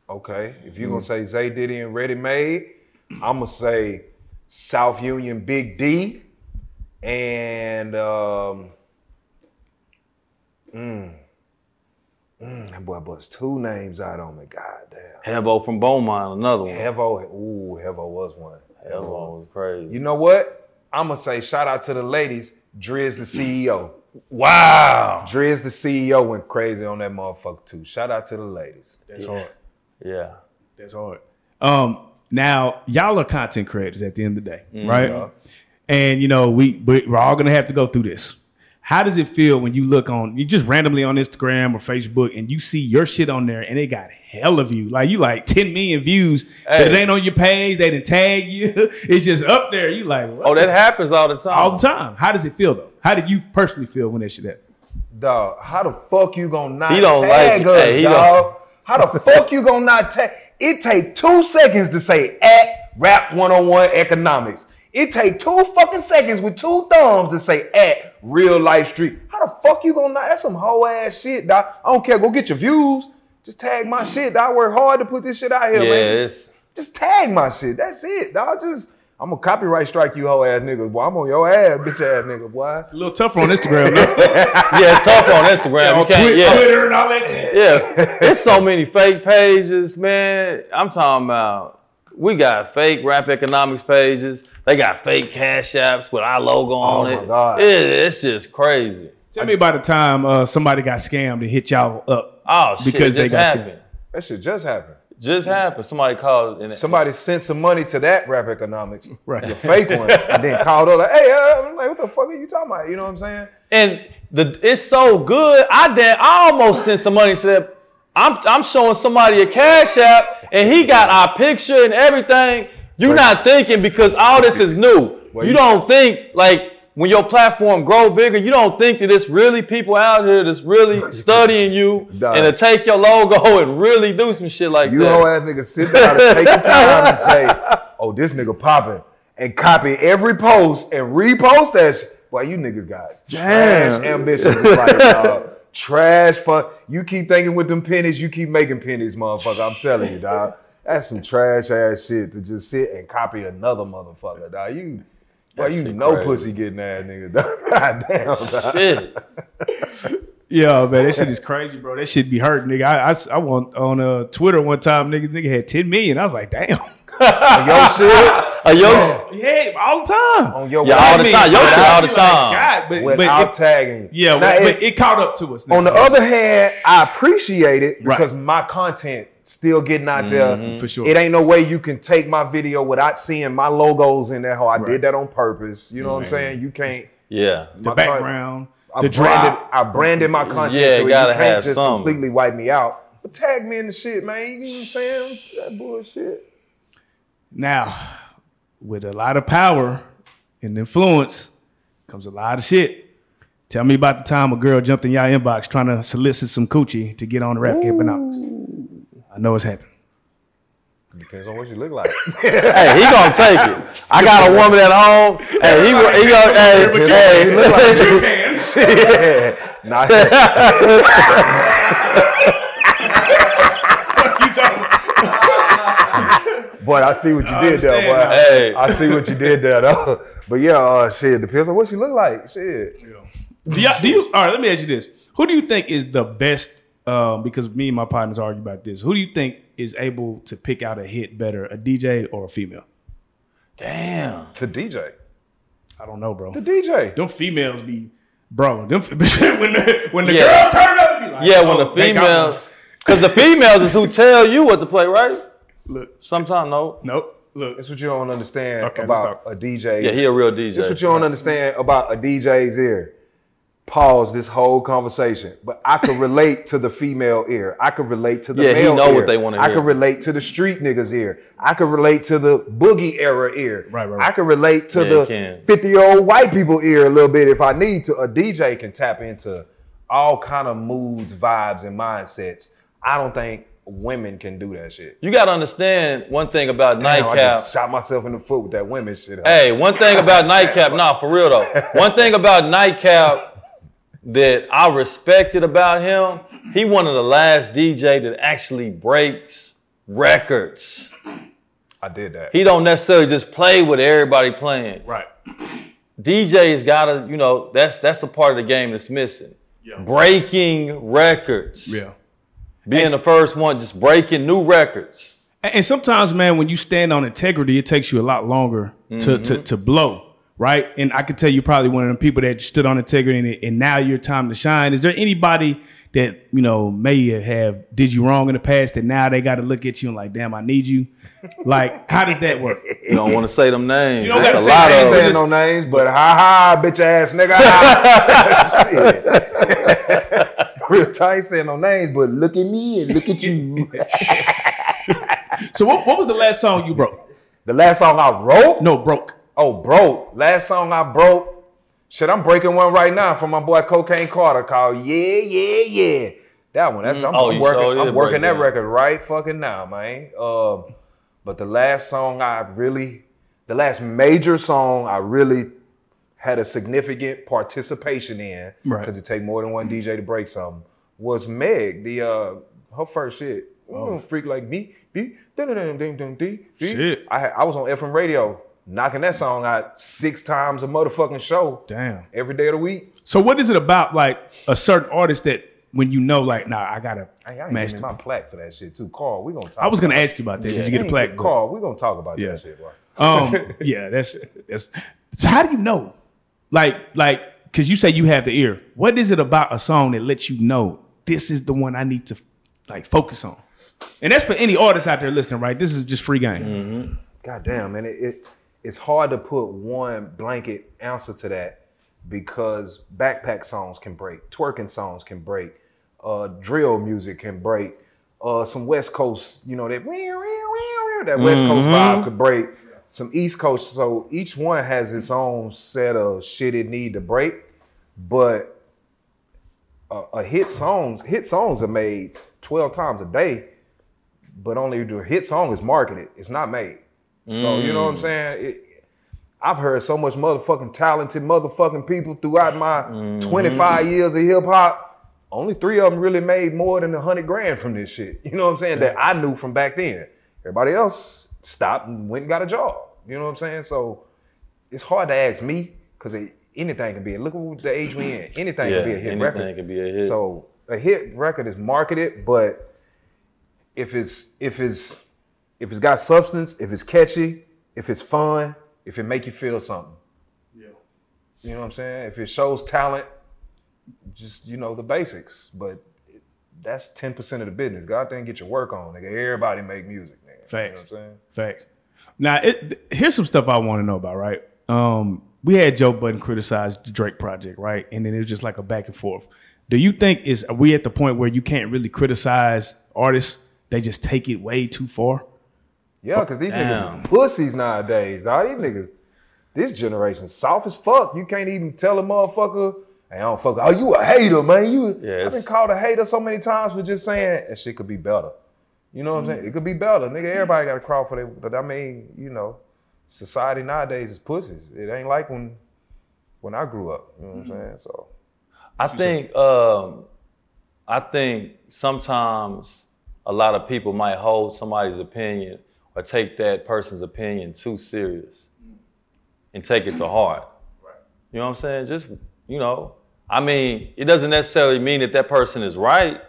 Speaker 3: Okay, if
Speaker 1: Mm-hmm.
Speaker 3: you're gonna say Zay Diddy and Ready Made, I'm gonna say South Union Big D and um, mm, mm, that boy busts two names out on me. God damn,
Speaker 2: Hebo from Beaumont, another one.
Speaker 3: Hevo, ooh, Hevo was one.
Speaker 2: Hebo was crazy.
Speaker 3: You know what? I'm gonna say shout out to the ladies. Driz the CEO.
Speaker 2: Wow.
Speaker 3: Driz the CEO went crazy on that motherfucker too. Shout out to the ladies.
Speaker 1: That's hard.
Speaker 2: Yeah.
Speaker 1: That's hard. Um, now y'all are content creators at the end of the day,
Speaker 2: Mm-hmm.
Speaker 1: right? And you know we we- we're all gonna have to go through this. How does it feel when you look on you just randomly on Instagram or Facebook and you see your shit on there and it got hell of you like you like ten million views but it
Speaker 2: Hey.
Speaker 1: ain't on your page they didn't tag you it's just up there you like what
Speaker 2: Oh,
Speaker 1: the
Speaker 2: that happens all the time.
Speaker 1: all the time how does it feel though how did you personally feel when that shit happened
Speaker 3: Dog, how the fuck you gonna not
Speaker 2: He don't like
Speaker 3: tag
Speaker 2: it.
Speaker 3: us,
Speaker 2: Hey, he
Speaker 3: dog? How the fuck you gonna not tag? It take two seconds to say at rap 101 economics. It take two fucking seconds with two thumbs to say at real life street. How the fuck you gonna not? That's some whole ass shit, dog. I don't care. Go get your views. Just tag my shit. dog. I work hard to put this shit out here,
Speaker 2: Yeah,
Speaker 3: man. Just-
Speaker 2: it's
Speaker 3: just tag my shit. That's it, dog. Just I'm gonna copyright strike you whole ass nigga. Boy, I'm on your ass, bitch ass nigga, boy.
Speaker 1: a little tougher on Instagram though.
Speaker 2: yeah, it's tough on Instagram. You
Speaker 1: on
Speaker 2: can't-
Speaker 1: Twitter,
Speaker 2: yeah.
Speaker 1: Twitter and all that shit
Speaker 2: yeah, there's so many fake pages, man. I'm talking about we got fake rap economics pages. They got fake cash apps with our logo on
Speaker 1: Oh,
Speaker 3: my
Speaker 2: it.
Speaker 3: God.
Speaker 2: It- it's just crazy.
Speaker 1: tell me about the time uh, somebody got scammed and hit y'all up
Speaker 2: Oh
Speaker 1: Because
Speaker 2: shit! Because
Speaker 1: they
Speaker 2: just
Speaker 1: got
Speaker 2: happened.
Speaker 3: That shit just happened.
Speaker 2: Just happened. Somebody called and
Speaker 3: Somebody sent some money to that rap economics,
Speaker 1: Right.
Speaker 3: your fake one, and then called up like, "Hey, uh, I'm like, what the fuck are you talking about? You know what I'm saying?
Speaker 2: and the it's so good. I damn, I almost sent some money to that. I'm I'm showing somebody a cash app, and he got our picture and everything. You're not thinking because all this is new.
Speaker 3: Well,
Speaker 2: you
Speaker 3: you-
Speaker 2: don't think like when your platform grow bigger, you don't think that it's really people out here that's really studying you
Speaker 3: Dog.
Speaker 2: and to take your logo and really do some shit like
Speaker 3: You
Speaker 2: that.
Speaker 3: whole ass nigga sit down and take the time and say, "Oh, this nigga popping," and copy every post and repost that shit. Boy, you niggas got
Speaker 1: Damn.
Speaker 3: trash ambitions, in life, dog. Trash fuck. You keep thinking with them pennies, you keep making pennies, motherfucker. I'm telling you, dog. That's some trash ass shit to just sit and copy another motherfucker, dog. You, boy,
Speaker 2: That
Speaker 3: you
Speaker 2: shit
Speaker 3: no
Speaker 2: crazy.
Speaker 3: pussy getting ass nigga, dog. God damn, dog.
Speaker 2: Shit.
Speaker 1: Yeah, man, that shit is crazy, bro. That shit be hurting, nigga. I, I s- I went on uh, Twitter one time, nigga, nigga had 10 million. I was like, damn.
Speaker 3: Yo, shit
Speaker 2: Uh, yo,
Speaker 1: Yeah, all the time.
Speaker 3: on your
Speaker 2: Yeah, all the
Speaker 3: website
Speaker 2: time. Yo, shit all the
Speaker 1: Like,
Speaker 2: time.
Speaker 1: God, but,
Speaker 3: without
Speaker 1: but it,
Speaker 3: tagging. you.
Speaker 1: yeah,
Speaker 3: Now,
Speaker 1: but,
Speaker 3: if-
Speaker 1: but it caught up to us.
Speaker 3: on the
Speaker 1: nigga.
Speaker 3: other hand, I appreciate it
Speaker 1: Right.
Speaker 3: because my content still getting out
Speaker 2: Mm-hmm.
Speaker 3: there.
Speaker 1: For sure.
Speaker 3: It ain't no way you can take my video without seeing my logos in there. How I
Speaker 1: Right.
Speaker 3: did that on purpose. You know what I'm saying? You can't.
Speaker 2: Yeah.
Speaker 1: the
Speaker 3: my
Speaker 1: background,
Speaker 3: I
Speaker 1: the
Speaker 3: branded,
Speaker 1: drop.
Speaker 3: I branded my content,
Speaker 2: Yeah,
Speaker 3: so
Speaker 2: gotta
Speaker 3: you can't
Speaker 2: have
Speaker 3: just
Speaker 2: some.
Speaker 3: completely wipe me out. But tag me in the shit, man. You know what I'm saying? That bullshit.
Speaker 1: Now, with a lot of power and influence comes a lot of shit. Tell me about the time a girl jumped in y'all inbox trying to solicit some coochie to get on the rap economics. I know it's happened.
Speaker 3: Depends on what you look like.
Speaker 2: Hey, he gonna take it. I got a woman at home. Hey, he, he gonna.
Speaker 3: But you-
Speaker 2: Hey, hey,
Speaker 3: you look like
Speaker 2: look.
Speaker 3: you yeah. Nah, yeah.
Speaker 1: You talking-
Speaker 3: But I see what you did there,
Speaker 1: understand
Speaker 3: boy.
Speaker 1: now.
Speaker 2: Hey.
Speaker 3: I see what you did there, though. But yeah, uh, shit, depends on what she look like. Shit.
Speaker 1: do, y'all, do you? All right, let me ask you this: Who do you think is the best? Um, because me and my partners argue about this. Who do you think is able to pick out a hit better, a DJ or a female?
Speaker 2: Damn.
Speaker 3: The DJ.
Speaker 1: I don't know, bro.
Speaker 3: The DJ.
Speaker 1: Them females be, bro. Them when the, when the
Speaker 2: Yeah.
Speaker 1: girl turn up, it be like,
Speaker 2: Yeah, when
Speaker 1: oh,
Speaker 2: the
Speaker 1: they got one.
Speaker 2: females, because the females is who tell you what to play, right?
Speaker 1: Look,
Speaker 2: Sometimes no.
Speaker 1: nope. Look,
Speaker 3: That's what you don't understand
Speaker 1: Okay, let's
Speaker 3: about a DJ.
Speaker 2: Yeah, he a real DJ.
Speaker 3: That's what you don't understand about a DJ's ear. Pause this whole conversation. But I could relate to the female ear. I could relate to the
Speaker 2: Yeah, he
Speaker 3: male
Speaker 2: know what
Speaker 3: ear.
Speaker 2: they wanna
Speaker 3: I
Speaker 2: hear.
Speaker 3: could relate to the street niggas ear. I could relate to the boogie era ear.
Speaker 1: Right, right, right.
Speaker 3: I could relate to
Speaker 2: Yeah, you can.
Speaker 3: the 50 year old white people ear a little bit if I need to. A DJ can tap into all kind of moods, vibes, and mindsets. I don't think women can do that shit.
Speaker 2: You gotta understand one thing about
Speaker 3: Damn, I
Speaker 2: nightcap.
Speaker 3: just shot myself in the foot with that women shit. huh?
Speaker 2: Hey, one thing about nightcap. Nah, for real though. One thing about nightcap that I respected about him, he one of the last DJ that actually breaks records.
Speaker 3: I did that.
Speaker 2: He don't necessarily just play with everybody playing.
Speaker 1: right.
Speaker 2: DJ's gotta, you know, that's that's the part of the game that's missing. Breaking records.
Speaker 1: Yeah.
Speaker 2: Being the first one, just breaking new records.
Speaker 1: And, and sometimes, man, when you stand on integrity, it takes you a lot longer to, to to blow, right? And I can tell you probably one of the people that stood on integrity, and, and now your time to shine. Is there anybody that you know may have did you wrong in the past that now they got to look at you and like, damn, I need you? like, how does that work?
Speaker 2: You don't want to say them names.
Speaker 1: You don't gotta
Speaker 2: There's a
Speaker 1: say
Speaker 2: lot
Speaker 3: I ain't
Speaker 1: names.
Speaker 2: of them.
Speaker 3: saying no names, but ha ha, bitch ass nigga. ha. Shit. Real tight saying no names, but look at me and look at you.
Speaker 1: So, what, what was the last song you broke?
Speaker 3: the last song I wrote,
Speaker 1: No, broke.
Speaker 3: oh broke. Last song I broke. Shit, I'm breaking one right now from my boy Cocaine Carter called Yeah Yeah Yeah. That one. That's I'm,
Speaker 2: Oh,
Speaker 3: I'm
Speaker 2: you
Speaker 3: working.
Speaker 2: sold it,
Speaker 3: I'm working that
Speaker 2: break, yeah.
Speaker 3: record right fucking now, man. Uh, but the last song I really, the last major song I really had a significant participation in
Speaker 1: Right.
Speaker 3: because it take more than one DJ to break something was Meg the uh her first shit. Oh. Freak like me, be
Speaker 1: Shit.
Speaker 3: shit. I had- I was on FM radio knocking that song out six times a motherfucking show
Speaker 1: Damn.
Speaker 3: every day of the week.
Speaker 1: So, what is it about like a certain artist that when you know, like, nah, I gotta
Speaker 3: Hey, I ain't
Speaker 1: match
Speaker 3: give
Speaker 1: the-
Speaker 3: me my plaque for that shit too. Carl, we gonna talk.
Speaker 1: I was gonna ask you about that. Did you get a plaque? but-
Speaker 3: Carl, we gonna talk about
Speaker 1: Yeah.
Speaker 3: that shit, bro.
Speaker 1: Um, yeah, that's that's. So how do you know? Like, like, cause you say you have the ear. What is it about a song that lets you know this is the one I need to like focus on? And that's for any artist out there listening, right? This is just free game.
Speaker 3: God damn, man, it, it it's hard to put one blanket answer to that because backpack songs can break, twerking songs can break, uh, drill music can break, uh, some West Coast, you know that that West Coast vibe could break, some East Coast. So each one has its own set of shit it need to break, but uh, a hit songs hit songs are made twelve times a day but only the hit song is marketed. It's not made. So you
Speaker 2: Mm.
Speaker 3: know what I'm saying? It, I've heard so much motherfucking talented motherfucking people throughout my
Speaker 2: Mm-hmm.
Speaker 3: 25 years of hip hop. Only three of them really made more than a hundred grand from this shit. You know what I'm saying? That I knew from back then. Everybody else stopped and went and got a job. You know what I'm saying? So it's hard to ask me because it anything can be. a- Look at the age we in. Anything
Speaker 2: Yeah,
Speaker 3: can be a hit
Speaker 2: anything
Speaker 3: record.
Speaker 2: can be a hit.
Speaker 3: So a hit record is marketed, but if it's if it's if it's got substance, if it's catchy, if it's fun, if it make you feel something. Yeah. You know what I'm saying? If it shows talent, just you know the basics. But it- that's ten percent of the business. God didn't get your work on, nigga. Everybody make music, nigga.
Speaker 1: Facts.
Speaker 3: You know what I'm saying?
Speaker 1: Facts. Now, it, th- here's some stuff I want to know about. Right, um, we had Joe Budden criticize the Drake project, right, and then it was just like a back and forth. Do you think is are we at the point where you can't really criticize artists? They just take it way too far.
Speaker 3: Yeah, because these
Speaker 2: Damn.
Speaker 3: niggas pussies nowadays. All these niggas, this generation soft as fuck. You can't even tell a motherfucker, hey, I don't fuck. Oh, you a hater, man. You
Speaker 2: Yeah,
Speaker 3: I've been
Speaker 2: it's-
Speaker 3: called a hater so many times for just saying that shit could be better. You know what I'm saying? It could be better. Nigga, everybody gotta crawl for their but I mean, you know, society nowadays is pussies. It ain't like when when I grew up. You know what I'm saying? So
Speaker 2: I think um, I think sometimes a lot of people might hold somebody's opinion or take that person's opinion too serious and take it to heart. You know what I'm saying? Just you know, I mean, it doesn't necessarily mean that that person is right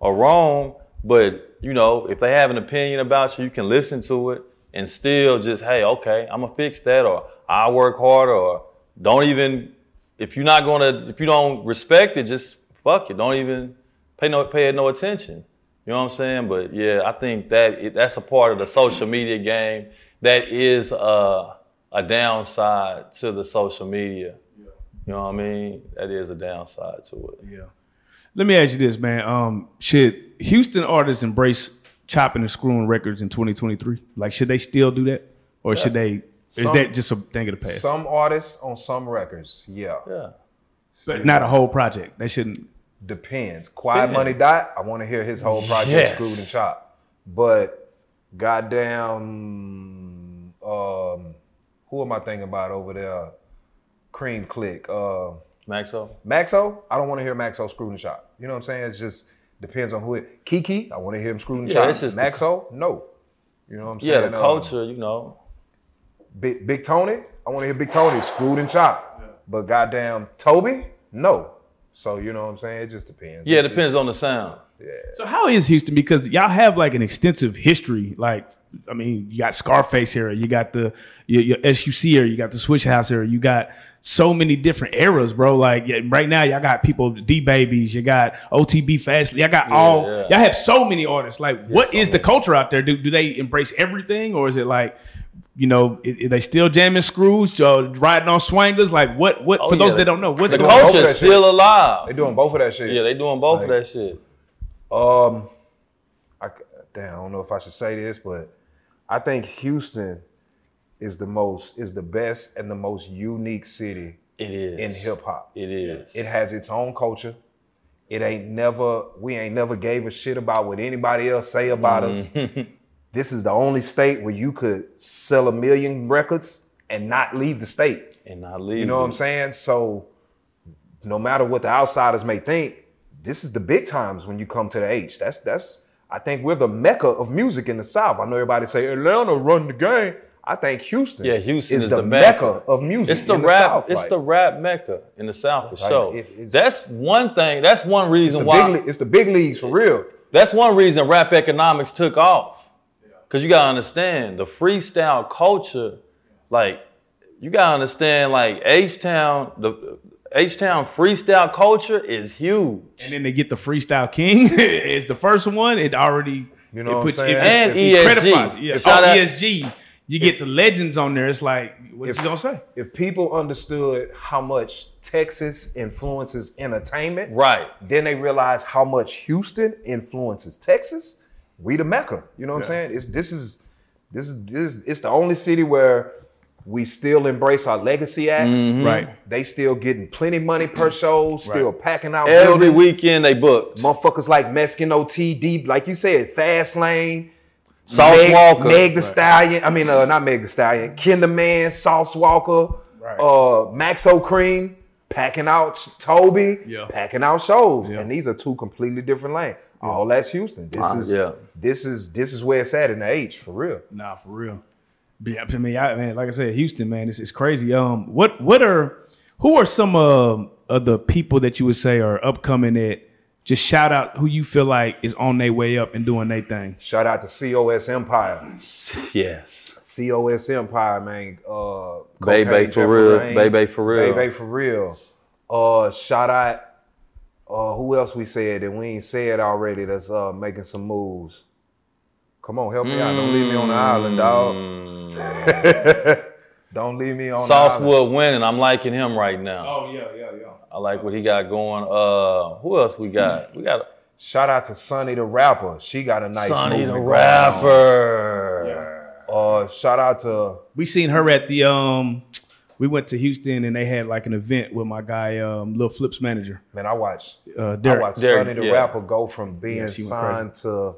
Speaker 2: or wrong, but you know, if they have an opinion about you, you can listen to it and still just, hey, okay, I'm gonna fix that, or I work harder, or don't even. If you're not gonna, if you don't respect it, just fuck it. Don't even pay no pay it no attention. You know what I'm saying? But yeah, I think that it, that's a part of the social media game. That is a, a downside to the social media. You know what I mean? That is a downside to it.
Speaker 1: Yeah. Let me ask you this, man. Um, should Houston artists embrace chopping and screwing records in 2023? Like, should they still do that, or should they? is
Speaker 3: Some-
Speaker 1: that just a thing of the past?
Speaker 3: some artists on some records, yeah.
Speaker 2: Yeah.
Speaker 1: but not a whole project. They shouldn't.
Speaker 3: Depends. Quiet Money Dot, I want to hear his whole project
Speaker 2: Yes.
Speaker 3: screwed and chopped. But goddamn um who am I thinking about over there? Cream Click. Uh
Speaker 2: Maxo?
Speaker 3: Maxo, I don't want to hear Maxo screwed and chopped. You know what I'm saying? It just depends on who it Kiki, I want to hear him screwed and
Speaker 2: Yeah, it's
Speaker 3: chopped.
Speaker 2: just the-
Speaker 3: Maxo, no. You know what I'm saying?
Speaker 2: Yeah, the
Speaker 3: Um,
Speaker 2: culture, you know.
Speaker 3: Big, Big Tony, I want to hear Big Tony screwed and chopped. But goddamn Toby, no. So you know what I'm saying? It just depends.
Speaker 2: Yeah, it
Speaker 3: It's
Speaker 2: depends on the sound.
Speaker 1: So how is Houston? Because y'all have like an extensive history. Like, I mean, you got Scarface era, you got the your, your SUC era, you got the Switch House era, you got so many different eras, bro. Like yeah, right now, y'all got people D babies, you got OTB Fast, y'all got all,
Speaker 2: yeah.
Speaker 1: y'all have so many artists. Like, what is the culture out there? Do do they embrace everything, or is it like? You know, i- i- they still jamming screws, uh, riding on swangers. Like what? What for
Speaker 2: Oh, yeah,
Speaker 1: those
Speaker 2: they-
Speaker 1: that don't know, what's
Speaker 2: The
Speaker 1: going on?
Speaker 3: both of
Speaker 2: culture
Speaker 3: that
Speaker 2: is
Speaker 3: shit.
Speaker 2: still
Speaker 3: They
Speaker 2: alive.
Speaker 3: doing both of that shit.
Speaker 2: Yeah, they doing both of
Speaker 3: Like-
Speaker 2: that shit.
Speaker 3: Um, I c- damn, I don't know if I should say this, but I think Houston is the most is the best and the most unique city
Speaker 2: It is.
Speaker 3: in hip hop.
Speaker 2: It is.
Speaker 3: It has its own culture. It ain't never we ain't never gave a shit about what anybody else say about us. This is the only state where you could sell a million records and not leave the state.
Speaker 2: and I leave.
Speaker 3: You know what I'm saying? So no matter what the outsiders may think, this is the big times when you come to the H. That's that's I think we're the mecca of music in the South. I know everybody say Atlanta run the game. I think Houston,
Speaker 2: Yeah, Houston is
Speaker 3: the,
Speaker 2: the
Speaker 3: mecca
Speaker 2: mecca.
Speaker 3: of music.
Speaker 2: It's the
Speaker 3: in
Speaker 2: rap.
Speaker 3: South,
Speaker 2: it's
Speaker 3: like.
Speaker 2: the rap mecca in the South for
Speaker 3: Like,
Speaker 2: sure.
Speaker 3: it- it's-
Speaker 2: that's one thing. That's one
Speaker 3: It's
Speaker 2: reason
Speaker 3: the
Speaker 2: why.
Speaker 3: big le- it's the big leagues for real.
Speaker 2: That's one reason rap economics took off. Cause you gotta understand the freestyle culture, like you gotta understand like H Town, the H Town freestyle culture is huge.
Speaker 1: and then they get the freestyle king is the first one. It already
Speaker 3: You
Speaker 1: it
Speaker 3: know what I'm
Speaker 1: puts
Speaker 3: saying?
Speaker 1: it,
Speaker 2: And
Speaker 1: it
Speaker 2: ESG.
Speaker 1: credifies it. Yeah.
Speaker 2: If
Speaker 1: Oh,
Speaker 2: I-
Speaker 1: ESG. You get the legends on there. It's like what
Speaker 3: if-
Speaker 1: you gonna say?
Speaker 3: If people understood how much Texas influences entertainment,
Speaker 2: Right.
Speaker 3: Then they realize how much Houston influences Texas. We the Mecca. You know what I'm saying? It's this is this is this is- it's the only city where we still embrace our legacy acts.
Speaker 2: Mm.
Speaker 1: Right.
Speaker 3: They still getting plenty money per show, still packing out
Speaker 2: Every
Speaker 3: buildings.
Speaker 2: weekend they booked.
Speaker 3: Motherfuckers like Mexican OT, Deep, like you said, Fast Lane,
Speaker 2: Sauce
Speaker 3: Meg,
Speaker 2: Walker.
Speaker 3: Meg the Stallion. I mean, uh, not Meg the Stallion, Kinder Man, Sauce Walker,
Speaker 1: Right.
Speaker 3: uh, Maxo Cream, packing out Toby,
Speaker 1: Yeah.
Speaker 3: packing out shows,
Speaker 1: Yeah.
Speaker 3: and these are two completely different lanes. All that's Houston. This
Speaker 2: Wow.
Speaker 3: is
Speaker 2: Yeah.
Speaker 3: this is this is where it's at in the H for real.
Speaker 1: Nah, for real. But yeah, I mean, I, man, like I said, Houston, man, it's, it's crazy. Um, what what are Who are some um of the people that you would say are upcoming that just shout out who you feel like is on their way up and doing their thing?
Speaker 3: Shout out to COS Empire.
Speaker 2: Yes.
Speaker 3: COS Empire, man. Uh,
Speaker 2: Bay
Speaker 3: Cocaine
Speaker 2: Bay for
Speaker 3: Jeffrey
Speaker 2: real.
Speaker 3: Lane.
Speaker 2: Bay Bay for real.
Speaker 3: Bay Bay for real. Uh, shout out. Uh, who else we said that we ain't said already? That's uh making some moves. Come on, help me out. Don't leave me on the
Speaker 2: Mm.
Speaker 3: island, dog. Don't leave me on the island.
Speaker 2: Saucewood winning. I'm liking him right now.
Speaker 1: Oh yeah, yeah, yeah.
Speaker 2: I like what he got going. Uh, who else we got? We got
Speaker 3: Shout out to Sonny the rapper. She got a nice
Speaker 2: Sonny
Speaker 3: movement
Speaker 2: the
Speaker 3: going on.
Speaker 2: rapper.
Speaker 3: Uh, shout out to
Speaker 1: We seen her at the um. We went to Houston and they had like an event with my guy, um, Lil Flip's manager,
Speaker 3: man. I watched.
Speaker 1: uh,
Speaker 3: I
Speaker 1: Derek.
Speaker 3: watched
Speaker 2: Derek,
Speaker 3: Sonny the
Speaker 2: yeah.
Speaker 3: rapper go from being
Speaker 1: Yeah, she went
Speaker 3: signed to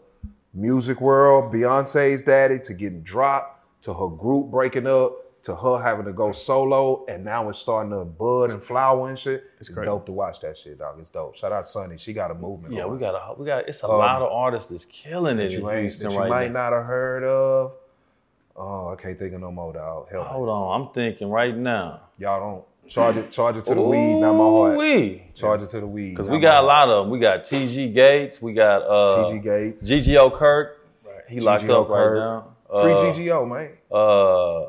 Speaker 3: Music World, Beyonce's daddy, to getting dropped, to her group breaking up, to her having to go solo, and now it's starting to bud and flower and shit. It's,
Speaker 1: crazy.
Speaker 3: dope to watch that shit, dog. It's dope. Shout out Sonny. She got a movement.
Speaker 2: Yeah,
Speaker 3: going
Speaker 2: we got a we got it's a lot of artists that's killing it
Speaker 3: Um, that
Speaker 2: in
Speaker 3: you, ain't,
Speaker 2: Houston
Speaker 3: that you
Speaker 2: right
Speaker 3: might
Speaker 2: now.
Speaker 3: not have heard of. Oh, I can't think of no more, dog. Help me.
Speaker 2: Hold on, I'm thinking right now.
Speaker 3: Y'all don't charge it. Charge it to the weed, not my heart.
Speaker 2: Ooh-wee.
Speaker 3: Charge it to the weed.
Speaker 2: Cause
Speaker 3: not
Speaker 2: we
Speaker 3: my
Speaker 2: got a
Speaker 3: heart.
Speaker 2: lot of them. We got TG Gates. We got uh,
Speaker 3: TG Gates,
Speaker 2: GGO Kirk. He locked
Speaker 3: GGO
Speaker 2: up right
Speaker 3: Kirk.
Speaker 2: now.
Speaker 3: free
Speaker 2: Uh,
Speaker 3: GGO, man.
Speaker 2: Uh,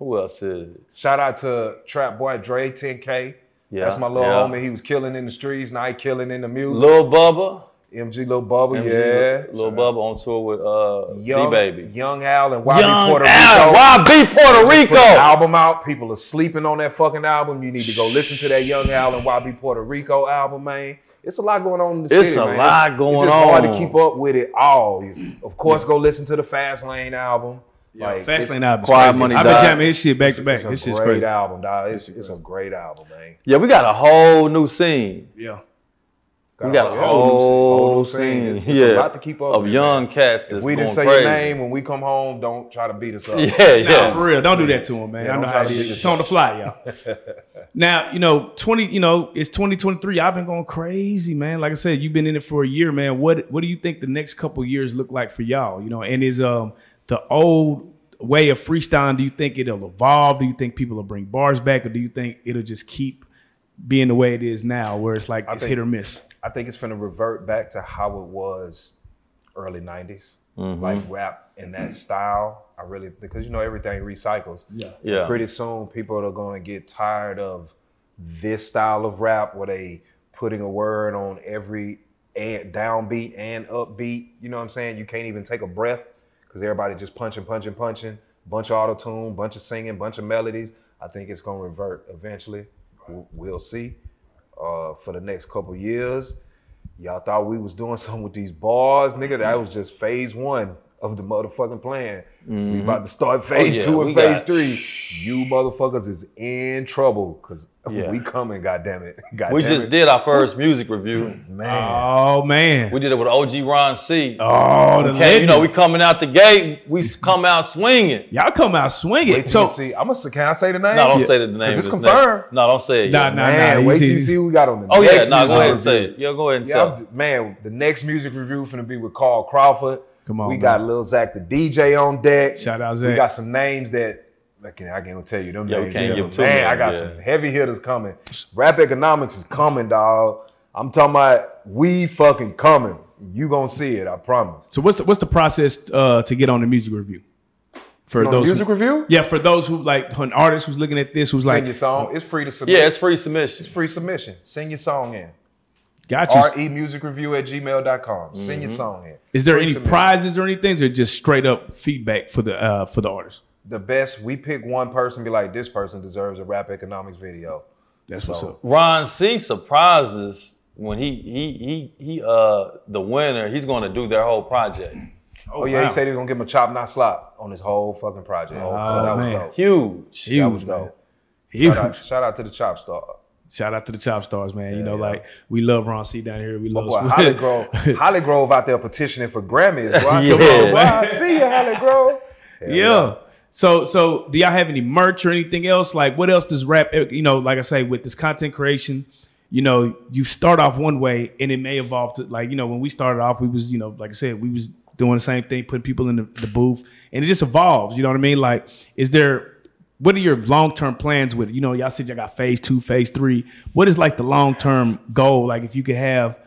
Speaker 2: who else is? it?
Speaker 3: Shout out to Trap Boy Dre 10K.
Speaker 2: Yeah,
Speaker 3: That's my little
Speaker 2: yeah.
Speaker 3: homie. He was killing in the streets, now he killing in the music.
Speaker 2: Lil Bubba.
Speaker 3: MG Lil Bubba, yeah.
Speaker 2: Lil Bubba on tour with uh,
Speaker 3: Young,
Speaker 2: D Baby.
Speaker 3: Young Al and YB Puerto Rico.
Speaker 2: YB Puerto
Speaker 3: Put the
Speaker 2: Rico.
Speaker 3: album out. People are sleeping on that fucking album. You need to go listen to that Young Al and YB Puerto Rico album, man. It's a lot going on in the
Speaker 2: It's
Speaker 3: city,
Speaker 2: a
Speaker 3: man.
Speaker 2: lot
Speaker 3: it's
Speaker 2: going
Speaker 3: just hard to
Speaker 2: on.
Speaker 3: keep up with it all. You- Of course, go listen to the Fast Lane album. Like, it's-
Speaker 1: Fastlane album.
Speaker 2: Quiet
Speaker 1: Quiet money.
Speaker 2: Money
Speaker 1: I've been
Speaker 2: Died.
Speaker 1: jamming his shit back to back. This
Speaker 3: It's a
Speaker 1: shit's
Speaker 3: great
Speaker 1: crazy.
Speaker 3: album, dog. It's, it's a great album, man.
Speaker 2: Yeah, we got a whole new scene
Speaker 1: Yeah.
Speaker 2: We got a whole scene,
Speaker 3: It's
Speaker 2: yeah,
Speaker 3: a lot to keep up
Speaker 2: of
Speaker 3: with,
Speaker 2: young
Speaker 3: man.
Speaker 2: cats that's
Speaker 3: Oh, If we didn't
Speaker 2: going
Speaker 3: say
Speaker 2: crazy.
Speaker 3: your name when we come home, don't try to beat us up.
Speaker 2: Yeah, yeah.
Speaker 1: No, for real. Don't do that to him, man.
Speaker 3: Yeah,
Speaker 1: I know
Speaker 3: don't
Speaker 1: how
Speaker 3: try
Speaker 1: it
Speaker 3: to do
Speaker 1: is.
Speaker 3: this
Speaker 1: It's on the fly, y'all. now, you know, 20, you know, it's 2023. I've been going crazy, man. Like I said, you've been in it for a year, man. What what do you think the next couple years look like for y'all? You know, and is um the old way of freestyling, do you think it'll evolve? Do you think people will bring bars back? Or do you think it'll just keep being the way it is now, where it's like it's
Speaker 3: think-
Speaker 1: hit or miss?
Speaker 3: I think it's going to revert back to how it was early 90s.
Speaker 2: Mm-hmm.
Speaker 3: Like rap in that style. I really, because you know, everything recycles. Yeah.
Speaker 2: Yeah.
Speaker 3: Pretty soon, people are going to get tired of this style of rap where they putting a word on every and downbeat and upbeat. You know what I'm saying? You can't even take a breath because everybody just punching, punching, punching. Bunch of auto tune, bunch of singing, bunch of melodies. I think it's going to revert eventually. W- We'll see. Uh, for the next couple years, y'all thought we was doing something with these bars, nigga. That was just phase one of the motherfucking plan. We about to start phase
Speaker 2: Mm-hmm. Oh, yeah,
Speaker 3: two
Speaker 2: we
Speaker 3: and phase
Speaker 2: got-
Speaker 3: three. You motherfuckers is in trouble because
Speaker 2: Yeah.
Speaker 3: we coming. Goddamn it!
Speaker 2: We just did our first music review.
Speaker 3: man.
Speaker 1: Oh man.
Speaker 2: We did it with OG Ron C.
Speaker 1: oh, the
Speaker 2: Okay, you know,
Speaker 1: legend.
Speaker 2: we coming out the gate. We s- come out swinging.
Speaker 1: y'all come out swinging.
Speaker 3: so
Speaker 1: So
Speaker 3: see, I'm gonna. Can I say the name?
Speaker 2: No, don't
Speaker 3: Yeah.
Speaker 2: say the name. of
Speaker 3: Cause it's
Speaker 2: this nigga.
Speaker 3: confirmed.
Speaker 2: No, don't say it.
Speaker 1: Nah,
Speaker 2: yet.
Speaker 1: nah.
Speaker 3: Man, wait till you
Speaker 1: easy.
Speaker 3: see what we got on the.
Speaker 2: Oh yeah,
Speaker 3: next
Speaker 2: no, go
Speaker 3: music
Speaker 2: ahead and
Speaker 3: review.
Speaker 2: say it. Yeah, go ahead and
Speaker 3: Yeah,
Speaker 2: tell.
Speaker 3: I'm- man, the next music review finna be with Carl Crawford.
Speaker 1: Come on,
Speaker 3: we
Speaker 1: man.
Speaker 3: got Lil Zach the DJ on deck.
Speaker 1: Shout out,
Speaker 3: We
Speaker 1: Zach.
Speaker 3: got some names that I can't, I can't even tell you them
Speaker 2: Yeah, we
Speaker 3: names.
Speaker 2: can't give 'em to
Speaker 3: man,
Speaker 2: them,
Speaker 3: I got
Speaker 2: yeah.
Speaker 3: some heavy hitters coming. Rap economics is coming, dog. I'm talking about we fucking coming. You gonna see it, I promise.
Speaker 1: So what's the what's the process uh, to get on the music review for
Speaker 3: On
Speaker 1: those?
Speaker 3: music
Speaker 1: who,
Speaker 3: review,
Speaker 1: yeah, for those who like an artist who's looking at this who's
Speaker 3: sing
Speaker 1: like,
Speaker 3: your song. It's free to submit.
Speaker 2: Yeah, it's free submission.
Speaker 3: it's free submission. Send your song in.
Speaker 1: got you.
Speaker 3: Re music review at gmail.com. Send
Speaker 2: Mm-hmm.
Speaker 3: your song in.
Speaker 1: Is there
Speaker 3: free
Speaker 1: any
Speaker 3: submission.
Speaker 1: prizes or anything, or just straight up feedback for the uh, for the artist?
Speaker 3: The best, we pick one person, be like, this person deserves a rap economics video.
Speaker 1: That's what's
Speaker 3: So-
Speaker 1: up.
Speaker 2: Ron C surprised us when he he he he uh the winner. He's going to do their whole project.
Speaker 3: Oh yeah,
Speaker 1: wow.
Speaker 3: he said he was gonna give him a chop, not slop on his whole fucking project. so that
Speaker 1: man.
Speaker 3: was dope.
Speaker 2: Huge.
Speaker 1: Huge,
Speaker 3: That was
Speaker 1: man.
Speaker 3: dope.
Speaker 1: Huge.
Speaker 3: Shout out, shout out to the chop star.
Speaker 1: Shout out to the Chop Stars, man. you know, like we love Ron C down here. We love.
Speaker 3: Boy, Holly Grove, Holly Grove out there petitioning for Grammys. Boy, I, come
Speaker 2: Yeah.
Speaker 3: on, boy, I see you, Holly Grove.
Speaker 1: yeah. So so do y'all have any merch or anything else? Like what else does rap you know, like I say, with this content creation, you know, you start off one way and it may evolve to like, you know, when we started off, we was, you know, like I said, we was doing the same thing, putting people in the, the booth, and it just evolves, you know what I mean? Like, is there what are your long term plans with it? You know, y'all said y'all got phase two, phase three. What is like the long term goal? Like if you could have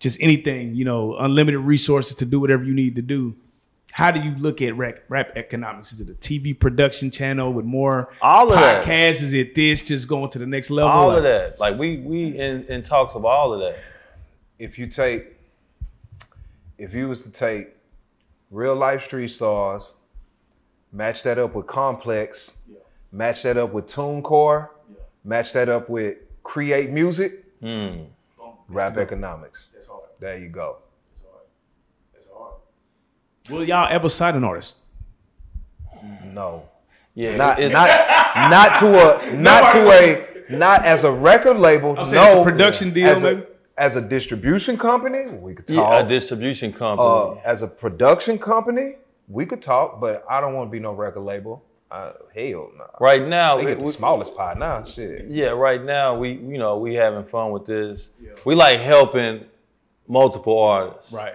Speaker 1: just anything, you know, unlimited resources to do whatever you need to do. How do you look at rap, rap economics? Is it a TV production channel with more
Speaker 2: All of that.
Speaker 1: podcasts? Is it this just going to the next level?
Speaker 2: all
Speaker 1: Like,
Speaker 2: of that. Like we we in, in talks of all of that.
Speaker 3: if you take if you was to take real life street stars, match that up with complex, match that up with TuneCore, match that up with create music,
Speaker 2: Hmm.
Speaker 3: rap economics.
Speaker 1: That's hard.
Speaker 3: There you go.
Speaker 1: That's hard. That's hard. Will y'all ever sign an artist?
Speaker 3: No.
Speaker 2: Yeah,
Speaker 3: Not
Speaker 2: it's-
Speaker 3: not not to a not to a not as a record label.
Speaker 1: I'm saying
Speaker 3: no
Speaker 1: it's a production deal,
Speaker 3: As
Speaker 1: maybe?
Speaker 3: a, as a distribution company, we could talk.
Speaker 2: yeah, a distribution
Speaker 3: Uh,
Speaker 2: company.
Speaker 3: as a production company, we could talk, but I don't want to be no record label. Uh, hell no.
Speaker 2: right now,
Speaker 3: They
Speaker 2: we-
Speaker 3: get the
Speaker 2: we-
Speaker 3: smallest pie now. Shit.
Speaker 2: yeah, right now we you know we having fun with this. We like helping multiple artists.
Speaker 1: Right.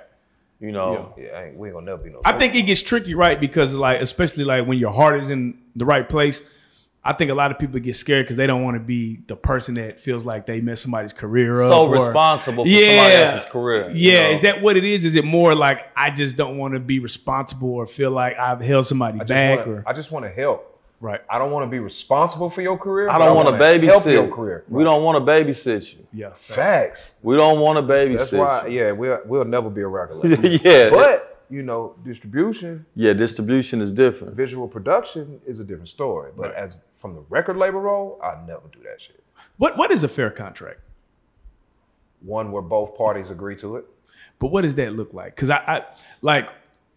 Speaker 2: You know,
Speaker 1: Yeah.
Speaker 3: Yeah, I ain't, we ain't gonna never be no.
Speaker 1: I think it gets tricky, right? Because like, especially like when your heart is in the right place, I think a lot of people get scared because they don't want to be the person that feels like they messed somebody's career up.
Speaker 2: so
Speaker 1: or-
Speaker 2: responsible for somebody
Speaker 1: Yeah.
Speaker 2: else's career. you
Speaker 1: Yeah,
Speaker 2: know?
Speaker 1: is that what it is? Is it more like I just don't want to be responsible or feel like I've held somebody
Speaker 3: I just
Speaker 1: back
Speaker 3: wanna-
Speaker 1: or
Speaker 3: I just want to help.
Speaker 1: right?
Speaker 3: I don't want to be responsible for your career.
Speaker 2: I
Speaker 3: but
Speaker 2: don't want to
Speaker 3: wanna help
Speaker 2: babysit.
Speaker 3: your career.
Speaker 2: We don't want to babysit you.
Speaker 1: Yeah,
Speaker 3: Facts.
Speaker 2: We don't want to babysit.
Speaker 3: That's why.
Speaker 2: you.
Speaker 3: Yeah, we'll we'll never be a record label.
Speaker 2: yeah,
Speaker 3: But you know, distribution,
Speaker 2: yeah. Distribution is different.
Speaker 3: visual production is a different story. But as from the record label role, I never do that shit.
Speaker 1: What what is a fair contract?
Speaker 3: One where both parties agree to it.
Speaker 1: But what does that look like? Because I, I like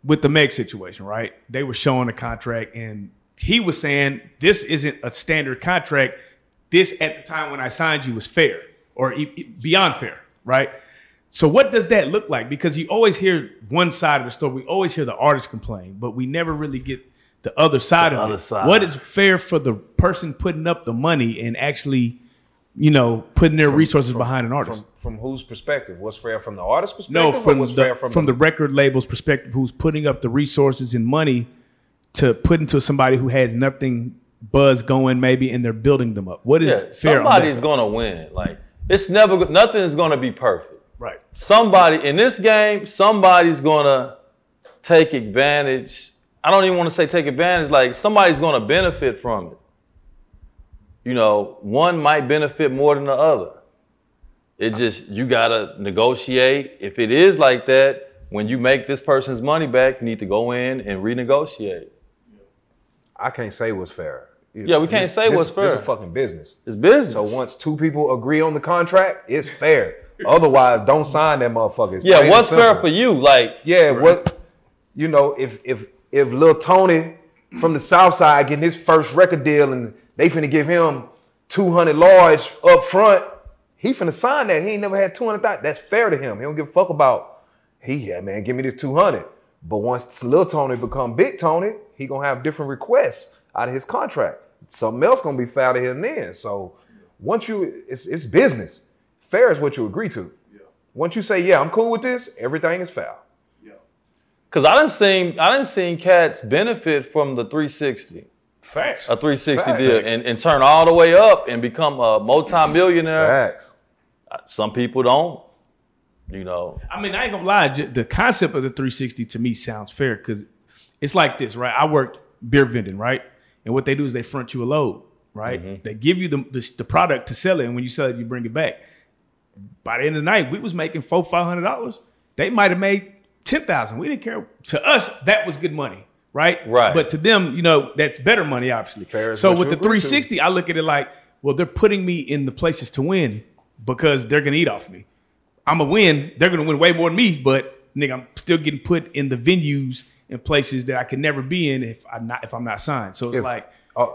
Speaker 1: with the Meg situation, right? They were showing the contract, and he was saying this isn't a standard contract. This at the time when I signed you was fair or e- e- beyond fair, right? So what does that look like? Because you always hear one side of the story. We always hear the artist complain, but we never really get the other side of
Speaker 2: other
Speaker 1: it.
Speaker 2: side.
Speaker 1: What is fair for the person putting up the money and actually, you know, putting their resources behind an artist?
Speaker 3: From, from whose perspective? What's fair from the artist's perspective?
Speaker 1: No,
Speaker 3: or
Speaker 1: from
Speaker 3: what's
Speaker 1: the,
Speaker 3: fair
Speaker 1: from, the, record label's perspective, who's putting up the resources and money to put into somebody who has nothing buzz going, maybe, and they're building them up. What is
Speaker 2: Yeah,
Speaker 1: fair? on that
Speaker 2: somebody's
Speaker 1: side?
Speaker 2: gonna win. Like it's never go- nothing's gonna be perfect.
Speaker 1: right.
Speaker 2: Somebody in this game, somebody's gonna take advantage. I don't even want to say take advantage. Like somebody's gonna benefit from it. You know, one might benefit more than the other. It just you gotta negotiate. If it is like that, when you make this person's money back, you need to go in and renegotiate.
Speaker 3: I can't say what's fair. You-
Speaker 2: Yeah, we can't say
Speaker 3: this-
Speaker 2: what's
Speaker 3: It's a
Speaker 2: fair.
Speaker 3: fucking business.
Speaker 2: It's business.
Speaker 3: So once two people agree on the contract, it's fair. Otherwise, don't sign that motherfucker. It's plain
Speaker 2: yeah,
Speaker 3: and
Speaker 2: what's fair
Speaker 3: simple.
Speaker 2: for you? Like
Speaker 3: Yeah, what? You know, if if if little Tony from the South Side getting his first record deal and they finna give him two hundred large up front, he finna sign that. He ain't never had two hundred thousand. That's fair to him. He don't give a fuck about. He yeah, man, give me this two hundred. But once little Tony become big Tony, he gonna have different requests out of his contract. Something else gonna be found to him then. So once you, it's it's business. Fair is what you agree to. Once you say, yeah, I'm cool with this, everything is fair.
Speaker 2: Cause I didn't seen I didn't seen cats benefit from the 360,
Speaker 1: Facts.
Speaker 2: a 360
Speaker 3: Facts.
Speaker 2: deal, and, and turn all the way up and become a multimillionaire.
Speaker 3: Facts.
Speaker 2: Some people don't, you know.
Speaker 1: I mean, I ain't gonna lie. ju- The concept of the 360 to me sounds fair because it's like this, right? I worked beer vending, right? And what they do is they front you a load, right?
Speaker 3: Mm-hmm.
Speaker 1: They give you the, the the product to sell it, and when you sell it, you bring it back. By the end of the night, we was making four five hundred dollars. They might have made ten thousand. We didn't care. To us, that was good money, right?
Speaker 2: Right.
Speaker 1: But to them, you know, that's better money, obviously.
Speaker 3: Fair is
Speaker 1: so
Speaker 3: what
Speaker 1: with
Speaker 3: you
Speaker 1: the
Speaker 3: agree to.
Speaker 1: 360, I look at it like, well, they're putting me in the places to win because they're gonna eat off me. I'm gonna win. They're gonna win way more than me, but nigga, I'm still getting put in the venues and places that I could never be in if I'm not if I'm not signed. So it's
Speaker 3: If-
Speaker 1: like
Speaker 3: Uh,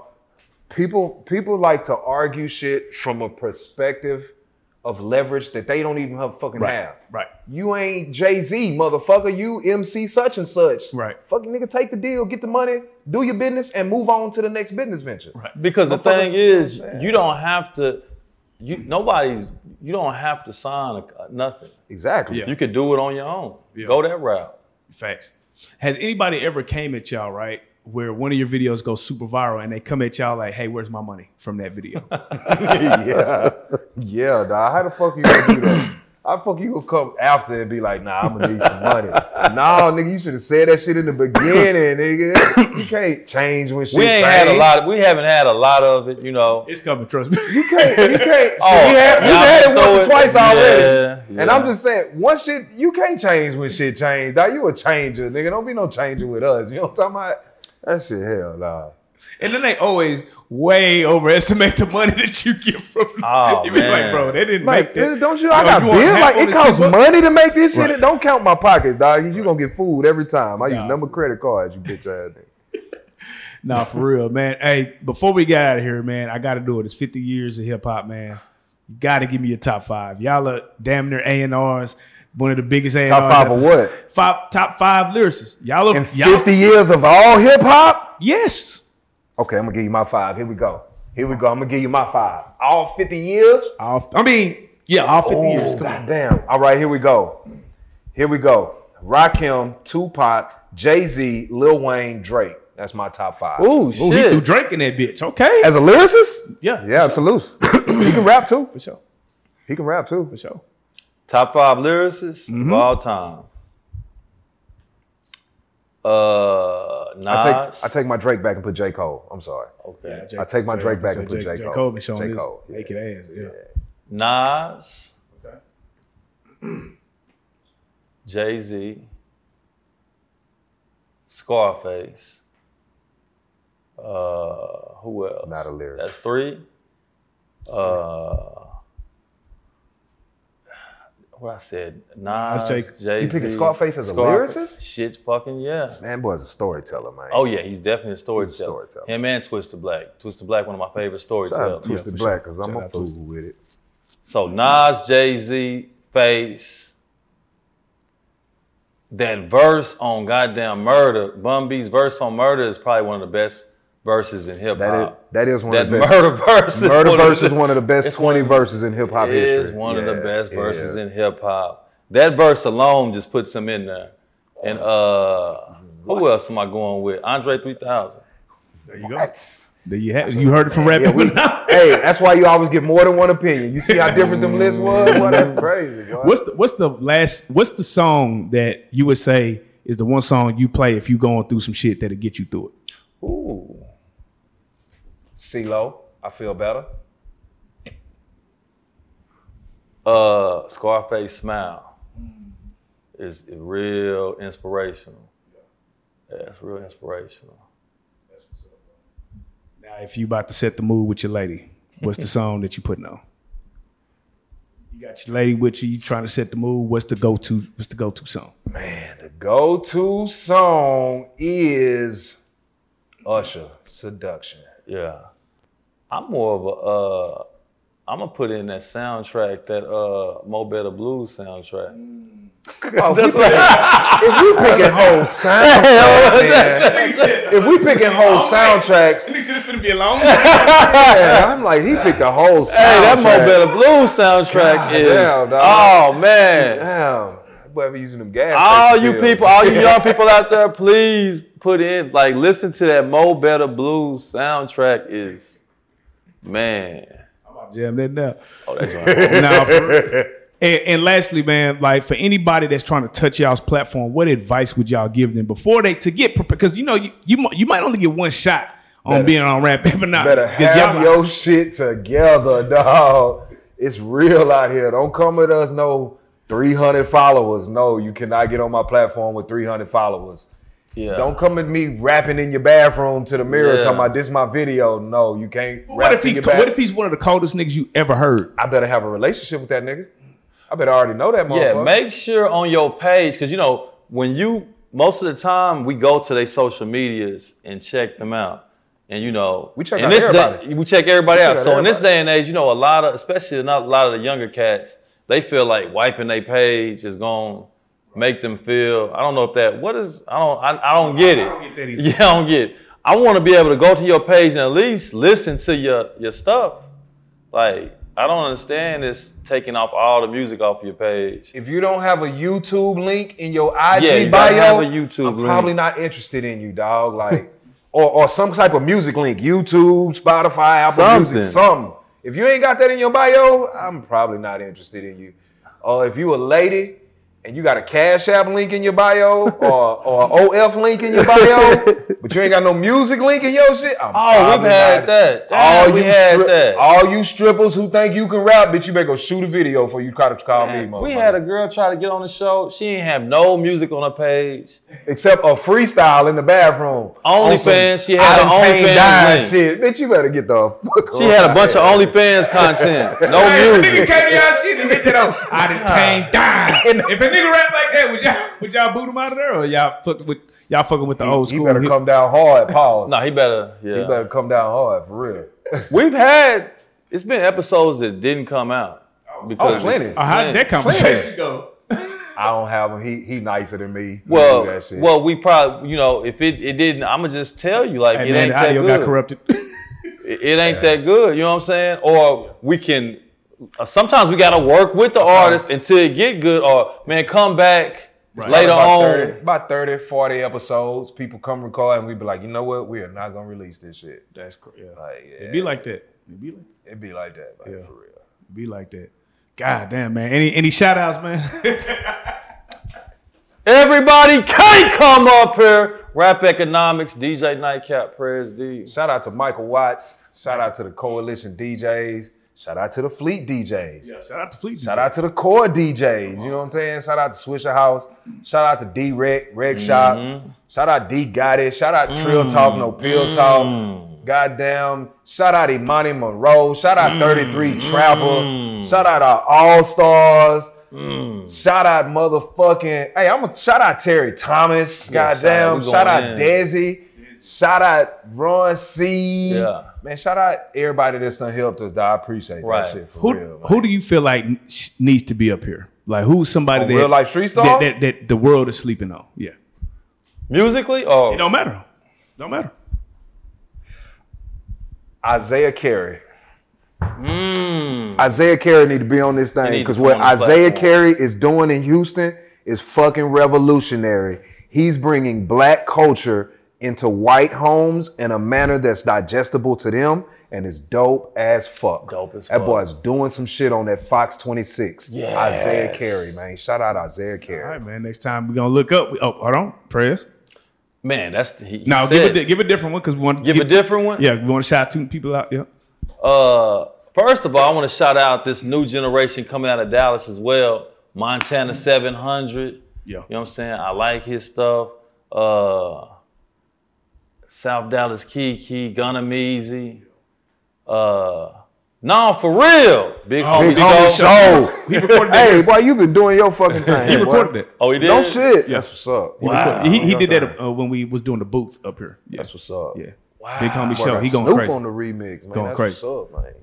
Speaker 3: people people like to argue shit from a perspective of leverage that they don't even have fucking
Speaker 1: Right,
Speaker 3: have.
Speaker 1: right.
Speaker 3: You ain't Jay Z, motherfucker. You MC such and such.
Speaker 1: Right.
Speaker 3: Fucking nigga, take the deal, get the money, do your business, and move on to the next business venture. Right.
Speaker 2: Because the
Speaker 3: Motherfuckers-
Speaker 2: thing is,
Speaker 3: Yeah.
Speaker 2: you don't have to. You nobody's. You don't have to sign a, nothing.
Speaker 3: Exactly.
Speaker 1: Yeah.
Speaker 2: You can do it on your own. Go that route.
Speaker 1: Facts. Has anybody ever came at y'all, right, where one of your videos goes super viral and they come at y'all like, hey, where's my money from that video?
Speaker 3: yeah, yeah. Nah, how the fuck you gonna do that? How the fuck you gonna come after and be like, nah, I'm gonna need some money? nah, nigga, you should have said that shit in the beginning, nigga. You can't change when shit.
Speaker 2: We ain't had a lot. Of, we haven't had a lot of it, you know.
Speaker 1: it's coming, trust me.
Speaker 3: You can't. You can't.
Speaker 2: Oh,
Speaker 3: we had, we
Speaker 2: y'all
Speaker 3: had it
Speaker 2: can throw
Speaker 3: once or
Speaker 2: it-
Speaker 3: twice already.
Speaker 2: Yeah,
Speaker 3: And
Speaker 2: yeah.
Speaker 3: I'm just saying, once shit, you can't change when shit changed. Dog, you a changer, nigga. Don't be no changer with us. You know what I'm talking about? That shit, hell, nah.
Speaker 1: And then they always way overestimate the money that you get from them.
Speaker 2: Oh,
Speaker 1: you be like,
Speaker 2: man.
Speaker 1: bro, they didn't
Speaker 3: Like,
Speaker 1: make that.
Speaker 3: don't Oh, you? I
Speaker 1: Yo,
Speaker 3: got
Speaker 1: you want
Speaker 3: bills.
Speaker 1: half
Speaker 3: Like
Speaker 1: on
Speaker 3: it
Speaker 1: this
Speaker 3: costs
Speaker 1: cheeseburger?
Speaker 3: money to make this shit.
Speaker 1: Right.
Speaker 3: Don't count my pockets, dog. You, you gonna get fooled every time. I use
Speaker 1: Nah.
Speaker 3: number credit cards, you bitch ass nigga.
Speaker 1: Nah, for real, man. Hey, before we get out of here, man, I got to do it. It's 50 years of hip hop, man. You got to give me your top five. Y'all are damn near A and R's. One of the biggest A and
Speaker 3: Top five of what?
Speaker 1: Five top five lyricists. Y'all are
Speaker 3: In
Speaker 1: y'all-
Speaker 3: 50 years of all hip hop?
Speaker 1: Yes,
Speaker 3: Okay, I'm gonna give you my five. Here we go. Here we go. I'm gonna give you my five. All 50 years?
Speaker 1: all, I mean, yeah, all 50 years. Come on.
Speaker 3: God damn. Oh, All right, here we go. Here we go. Rakim, Tupac, Jay Z, Lil Wayne, Drake. That's my top five.
Speaker 2: Ooh,
Speaker 1: Ooh, Oh, he threw Drake in that bitch. Okay.
Speaker 3: As a lyricist?
Speaker 1: Yeah,
Speaker 3: Yeah, absolutely. he can rap too.
Speaker 1: for sure.
Speaker 3: He can rap too.
Speaker 1: For sure.
Speaker 2: Top five lyricists of all time. Uh,
Speaker 3: I
Speaker 2: Nas.
Speaker 3: take, I take my Drake back and put J. Cole. I'm sorry.
Speaker 2: okay.
Speaker 1: J-
Speaker 3: I take my Drake back
Speaker 1: so
Speaker 3: and put J. Cole.
Speaker 1: Cole been showing
Speaker 3: J.
Speaker 1: this
Speaker 3: Cole, yeah.
Speaker 1: naked ass. Yeah.
Speaker 2: Nas.
Speaker 1: Okay.
Speaker 2: Jay Z. Scarface. Uh, who else?
Speaker 3: Not a lyric.
Speaker 2: That's three. Uh, what I said? Nas,
Speaker 1: Jay- You
Speaker 2: Jay-Z,
Speaker 3: picking Scarface as a lyricist?
Speaker 2: Shit, fucking yeah.
Speaker 3: Man, boy's a storyteller, man.
Speaker 2: Oh yeah, he's definitely a storyteller.
Speaker 3: storyteller.
Speaker 2: Him and Twister Black. Twister Black, one of my favorite
Speaker 3: Shout
Speaker 2: storytellers.
Speaker 3: out to Twisted
Speaker 1: for sure.
Speaker 3: Black, because I'm
Speaker 1: Shout
Speaker 3: a
Speaker 1: out
Speaker 3: fool
Speaker 1: to-
Speaker 3: with it.
Speaker 2: So Nas, Jay Z, Face. That verse on goddamn murder, Bum B's verse on murder is probably one of the best verses in hip
Speaker 3: That is,
Speaker 2: hop.
Speaker 3: that is one
Speaker 2: That
Speaker 3: of the best.
Speaker 2: murder verse is
Speaker 3: Murder
Speaker 2: one of
Speaker 3: verse
Speaker 2: the-
Speaker 3: is one of the best
Speaker 2: it's
Speaker 3: 20
Speaker 2: one of-
Speaker 3: verses in hip hop
Speaker 2: It
Speaker 3: history.
Speaker 2: is one of the
Speaker 3: Yeah,
Speaker 2: best
Speaker 3: yeah.
Speaker 2: verses in hip hop. That verse alone just puts him in there. And uh, who else am I going with? Andre 3000.
Speaker 1: There you go.
Speaker 3: That's-
Speaker 1: There you have. You heard it from Rap
Speaker 3: Yeah, we- hey, that's why you always get more than one opinion. You see how different them lists was? Boy,
Speaker 2: Mm.
Speaker 3: that's crazy. boy.
Speaker 1: What's the What's the last? What's the song that you would say is the one song you play if you going through some shit that'll get you through it?
Speaker 2: Ooh.
Speaker 3: CeeLo, I feel better.
Speaker 2: Uh, Scarface Smile is real inspirational. Yeah, it's real inspirational.
Speaker 1: Now, if you about to set the mood with your lady, what's the song that you putting on? You got your lady with you. You trying to set the mood. What's the go to? What's the go to song?
Speaker 3: Man, the go-to song is Usher, Seduction.
Speaker 2: Yeah, I'm more of a. Uh, I'm gonna put in that soundtrack, that uh, Mo Better Blues soundtrack.
Speaker 3: Oh, if we picking- if we picking whole soundtracks, man, if we picking whole
Speaker 2: Oh
Speaker 3: soundtracks,
Speaker 1: Nigga, this gonna be a long.
Speaker 3: yeah, I'm like, he picked a whole soundtrack.
Speaker 2: Hey, that Mo Better Blues soundtrack
Speaker 3: God
Speaker 2: is.
Speaker 3: damn, dog.
Speaker 2: oh man,
Speaker 3: Damn, that boy be using them gas.
Speaker 2: all
Speaker 3: station
Speaker 2: you
Speaker 3: bills.
Speaker 2: people, all you young people out there, please put in like listen to that Mo Better Blues soundtrack. Is man.
Speaker 1: Jam that now.
Speaker 2: Oh, that's right.
Speaker 1: Nah, for real. and, and lastly, man, like for anybody that's trying to touch y'all's platform, what advice would y'all give them before they to get because you know you you, mi- you might only get one shot on being on rap ever not
Speaker 3: better have your shit together, dog. It's real out here. Don't come with us no 300 followers. No, you cannot get on my platform with 300 followers.
Speaker 2: Yeah.
Speaker 3: Don't come at me rapping in your bathroom to the mirror
Speaker 2: Yeah.
Speaker 3: talking about this my video. No, you can't rap
Speaker 1: what if
Speaker 3: to
Speaker 1: he
Speaker 3: your back.
Speaker 1: what if he's one of the coldest niggas you ever heard?
Speaker 3: I better have a relationship with that nigga. I better already know that motherfucker.
Speaker 2: Yeah, make sure on your page, because you know, when you most of the time we go to their social medias and check them out. And you know,
Speaker 3: We check
Speaker 2: in
Speaker 3: out
Speaker 2: this
Speaker 3: everybody.
Speaker 2: Day, we check everybody
Speaker 3: check
Speaker 2: out.
Speaker 3: out
Speaker 2: So in this
Speaker 3: everybody.
Speaker 2: day and age, you know, a lot of especially not a lot of the younger cats, they feel like wiping their page is gonna make them feel. I don't know if that what is I don't I, I don't get it.
Speaker 1: don't get that either.
Speaker 2: Yeah, I don't get it. I want to be able to go to your page and at least listen to your your stuff. Like, I don't understand this taking off all the music off your page.
Speaker 3: if you don't have a YouTube link in your IG
Speaker 2: Yeah, you gotta
Speaker 3: bio,
Speaker 2: have a YouTube
Speaker 3: I'm
Speaker 2: link.
Speaker 3: probably not interested in you, dog. Like, or, or some type of music link, YouTube, Spotify, Apple Music,
Speaker 2: Something.
Speaker 3: something. If you ain't got that in your bio, I'm probably not interested in you. Or if you a lady and you got a Cash App link in your bio or or a OF link in your bio, but you ain't got no music link in your shit, I'm
Speaker 2: Oh,
Speaker 3: probably
Speaker 2: we've had
Speaker 3: not-
Speaker 2: that. Damn, we had
Speaker 3: stri-
Speaker 2: that.
Speaker 3: All you strippers who think you can rap, bitch, you better go shoot a video before you try to call me.
Speaker 2: we
Speaker 3: motherfucker.
Speaker 2: had a girl try to get on the show. She ain't have no music on her page.
Speaker 3: except a freestyle in the bathroom.
Speaker 2: Only
Speaker 3: On some
Speaker 2: fans, she
Speaker 3: I
Speaker 2: had
Speaker 3: done
Speaker 2: a
Speaker 3: came
Speaker 2: OnlyFans
Speaker 3: down
Speaker 2: link.
Speaker 3: shit. Bitch, you better get the fuck.
Speaker 2: She
Speaker 3: on
Speaker 2: had a
Speaker 3: out
Speaker 2: bunch of
Speaker 3: here.
Speaker 2: OnlyFans content.
Speaker 1: Hey,
Speaker 2: No
Speaker 1: if a nigga
Speaker 2: music.
Speaker 1: came to y'all shit and hit that on, I done came down. If a nigga rap like that, would y'all would y'all boot him out of there or y'all fuck with y'all fucking with the old
Speaker 3: He
Speaker 1: school?
Speaker 3: better
Speaker 1: hip-
Speaker 3: come down hard, pause.
Speaker 2: No, he better. Yeah.
Speaker 3: He better come down hard for real.
Speaker 2: We've had it's been episodes that didn't come out. Because
Speaker 3: Oh, plenty.
Speaker 1: Uh, how did that conversation go?
Speaker 3: I don't have him. He he nicer than me. He do
Speaker 2: Well,
Speaker 3: that shit.
Speaker 2: well, we probably, you know, if it, it didn't, I'm gonna just tell you, like,
Speaker 1: Hey
Speaker 2: it
Speaker 1: man,
Speaker 2: ain't
Speaker 1: the
Speaker 2: that
Speaker 1: audio
Speaker 2: good.
Speaker 1: got corrupted.
Speaker 2: It, it ain't that good. You know what I'm saying? Or we can. Uh, sometimes we gotta work with the artist until it get good. Or man, come back later on.
Speaker 3: about 30, about 30, 40 episodes, people come record and we be like, you know what? We are not gonna release this shit.
Speaker 1: That's crazy.
Speaker 3: Like, yeah,
Speaker 1: It'd be like that. It'd be like
Speaker 3: it'd be like that, like, for real.
Speaker 1: it'd be like that. God damn man. Any any shout outs, man?
Speaker 2: Everybody can't come up here. Rap economics, DJ Nightcap, Prez D.
Speaker 3: Shout out to Michael Watts. Shout out to the Coalition DJs. Shout out to the Fleet DJs.
Speaker 1: Yeah, shout out to Fleet.
Speaker 3: Shout out to the core DJs. You know what I'm saying? Shout out to Swisher House. Shout out to D Rec, Rec
Speaker 2: Mm-hmm.
Speaker 3: Shop. Shout out D Got It. Shout out Trill Talk, No Pill
Speaker 2: Mm-hmm.
Speaker 3: Talk. Goddamn. Shout out Imani Monroe. Shout out 33
Speaker 2: Mm-hmm.
Speaker 3: Trapper. Shout out our All Stars.
Speaker 2: Mm-hmm.
Speaker 3: Shout out motherfucking. Hey, I'm going to shout out Terry Thomas.
Speaker 2: Yeah, shout out.
Speaker 3: Goddamn.
Speaker 2: We
Speaker 3: Shout out,
Speaker 2: going in.
Speaker 3: Desi. Shout out Ron C.
Speaker 2: Yeah.
Speaker 3: Man, shout out everybody that's done helped us. dawg. I appreciate
Speaker 2: Right.
Speaker 3: that shit for
Speaker 1: who
Speaker 3: real. man.
Speaker 1: who do you feel like sh- needs to be up here? Like who's somebody
Speaker 3: A
Speaker 1: that
Speaker 3: Oh, real life street
Speaker 1: that,
Speaker 3: star?
Speaker 1: that that the world is sleeping on? Yeah.
Speaker 2: Musically, oh,
Speaker 1: It don't matter. Don't matter.
Speaker 3: Isaiah Carey.
Speaker 2: hmm.
Speaker 3: Isaiah Carey need to be on this
Speaker 2: need
Speaker 3: thing
Speaker 2: to
Speaker 3: because
Speaker 2: come
Speaker 3: what
Speaker 2: on the
Speaker 3: Isaiah
Speaker 2: platform.
Speaker 3: Carey is doing in Houston is fucking revolutionary. He's bringing black culture into white homes in a manner that's digestible to them and is dope as fuck.
Speaker 2: Dope as
Speaker 3: that
Speaker 2: fuck.
Speaker 3: boy's doing some shit on that Fox 26.
Speaker 2: Yes.
Speaker 3: Isaiah Carey, man. Shout out Isaiah Carey.
Speaker 1: All right, man. Next time we're gonna look up. Oh, hold on. Prayers.
Speaker 2: man, that's the, he, he
Speaker 1: Now give
Speaker 2: said
Speaker 1: a di- give a different one because we want to
Speaker 2: Give a different one.
Speaker 1: Yeah, we want to shout two people out. Yeah.
Speaker 2: Uh, first of all, I want to shout out this new generation coming out of Dallas as well. Montana 700.
Speaker 1: Yeah.
Speaker 2: You know what I'm saying? I like his stuff. Uh, South Dallas Kiki, Gunna Meezy. Uh, no, for real. Big Oh, homie.
Speaker 3: Big
Speaker 2: Big
Speaker 3: homie
Speaker 2: O.
Speaker 3: show.
Speaker 1: He recorded Oh, that.
Speaker 3: hey, boy, you been doing your fucking thing.
Speaker 1: He
Speaker 3: boy.
Speaker 1: recorded it.
Speaker 2: Oh, he did?
Speaker 3: No shit.
Speaker 1: Yeah.
Speaker 3: That's what's up.
Speaker 2: Wow.
Speaker 1: He, he
Speaker 3: That's
Speaker 1: did
Speaker 3: right.
Speaker 1: that uh, when we was doing the booth up here. Yeah.
Speaker 3: That's what's up.
Speaker 1: Yeah.
Speaker 2: Wow.
Speaker 1: Big homie
Speaker 3: Boy,
Speaker 1: show.
Speaker 3: got
Speaker 1: He going
Speaker 3: Snoop
Speaker 1: crazy.
Speaker 3: on the remix, man.
Speaker 1: Going
Speaker 3: That's
Speaker 1: crazy.
Speaker 3: What's up, man?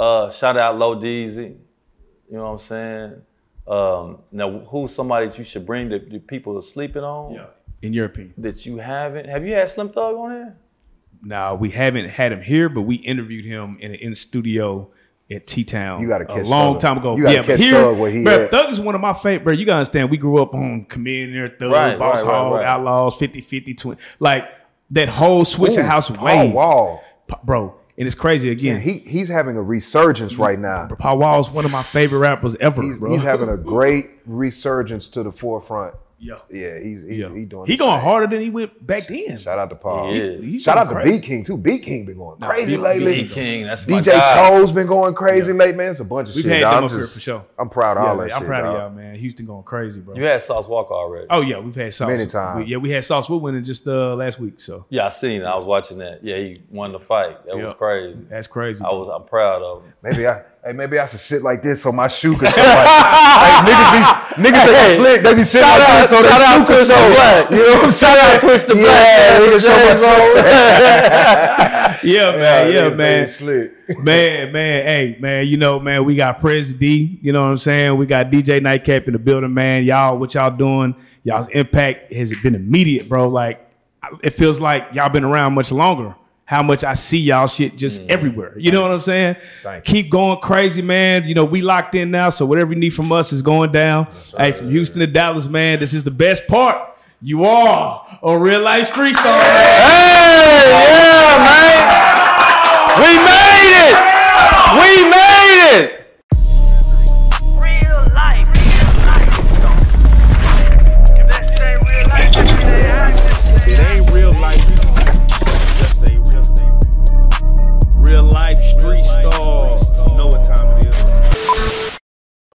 Speaker 2: Uh, shout out Low Deezy. You know what I'm saying? Um, now, who's somebody that you should bring that that people are sleeping on
Speaker 1: Yeah. In your opinion?
Speaker 2: that you haven't? Have you had Slim Thug on here?
Speaker 1: Now we haven't had him here, but we interviewed him in in studio at T Town.
Speaker 3: You gotta
Speaker 1: a
Speaker 3: catch
Speaker 1: long
Speaker 3: Thug.
Speaker 1: time ago.
Speaker 3: You gotta
Speaker 1: yeah, but
Speaker 3: catch
Speaker 1: here,
Speaker 3: Thug where he
Speaker 1: bruh,
Speaker 3: at.
Speaker 1: Thug is one of my favorite. Bro, you gotta understand. We grew up on Comedian, Thug,
Speaker 2: Right,
Speaker 1: Boss
Speaker 2: right, right,
Speaker 1: Hog,
Speaker 2: right.
Speaker 1: Outlaws, 50, 50, 20. Like that whole Switcher
Speaker 3: Ooh,
Speaker 1: House
Speaker 3: Paul
Speaker 1: wave,
Speaker 3: Wall.
Speaker 1: Pa- bro. And it's crazy again.
Speaker 3: And he he's having a resurgence right now.
Speaker 1: Paul Wall is one of my favorite rappers ever,
Speaker 3: He's,
Speaker 1: bro.
Speaker 3: he's having a great resurgence to the forefront.
Speaker 1: yeah,
Speaker 3: Yeah, he's he,
Speaker 1: yeah.
Speaker 3: he doing.
Speaker 1: He
Speaker 3: his
Speaker 1: going
Speaker 3: thing.
Speaker 1: harder than he went back then.
Speaker 3: Shout out to Paul.
Speaker 2: He is.
Speaker 1: He's
Speaker 3: Shout out
Speaker 1: going
Speaker 3: to
Speaker 1: crazy.
Speaker 3: B King too. B King been going crazy
Speaker 1: B-
Speaker 3: lately.
Speaker 1: B.
Speaker 2: King, that's my
Speaker 3: DJ
Speaker 2: guy.
Speaker 3: Toe's been going crazy late, man. It's a bunch of
Speaker 1: We've
Speaker 3: shit.
Speaker 1: had
Speaker 3: dawg.
Speaker 1: them
Speaker 3: I'm
Speaker 1: up here
Speaker 3: just-
Speaker 1: for sure.
Speaker 3: I'm proud of
Speaker 1: Yeah,
Speaker 3: all
Speaker 1: man,
Speaker 3: that
Speaker 1: I'm
Speaker 3: shit,
Speaker 1: proud
Speaker 3: dawg.
Speaker 1: of y'all, man. Houston going crazy, bro.
Speaker 2: You had Sauce Walker already.
Speaker 1: Oh yeah, we've had Sauce
Speaker 3: Many times.
Speaker 1: We- yeah, we had Sauce Woodwin just uh, last week, so
Speaker 2: Yeah, I seen it. I was watching that. Yeah, he won the fight. That
Speaker 1: Yeah.
Speaker 2: was crazy.
Speaker 1: that's crazy.
Speaker 2: I was. I'm proud of him.
Speaker 3: Maybe I, hey, maybe I should sit like this so my shoe could show. Like, like, niggas be, niggas they be slick, they be sitting like this so
Speaker 2: shout
Speaker 3: their
Speaker 2: out
Speaker 3: shoe could
Speaker 2: Twitch the
Speaker 3: show.
Speaker 2: Black.
Speaker 3: You know what I'm saying?
Speaker 2: Twitch the
Speaker 3: yeah,
Speaker 2: Black.
Speaker 3: niggas show my soul.
Speaker 1: yeah, man, yeah,
Speaker 3: niggas,
Speaker 1: man,
Speaker 3: niggas slick.
Speaker 1: man, man. Hey, man, you know, man, we got Prez D. You know what I'm saying? We got DJ Nightcap in the building, man. Y'all, what y'all doing? Y'all's impact has been immediate, bro. Like, I- it feels like y'all been around much longer. How much I see y'all shit just everywhere. Mm. You know what I'm saying?
Speaker 3: Thank you.
Speaker 1: Keep going crazy, man. You know, we locked in now, so whatever you need from us is going down. Hey, from Houston to Dallas, man, this is the best part. You are a real life street star.
Speaker 3: Hey, yeah, man. We made it. We made it.
Speaker 4: real life. Real life. If that shit ain't real life, that shit ain't action.
Speaker 5: It ain't real life. Just ain't real. Just ain't real.
Speaker 1: Real life street star.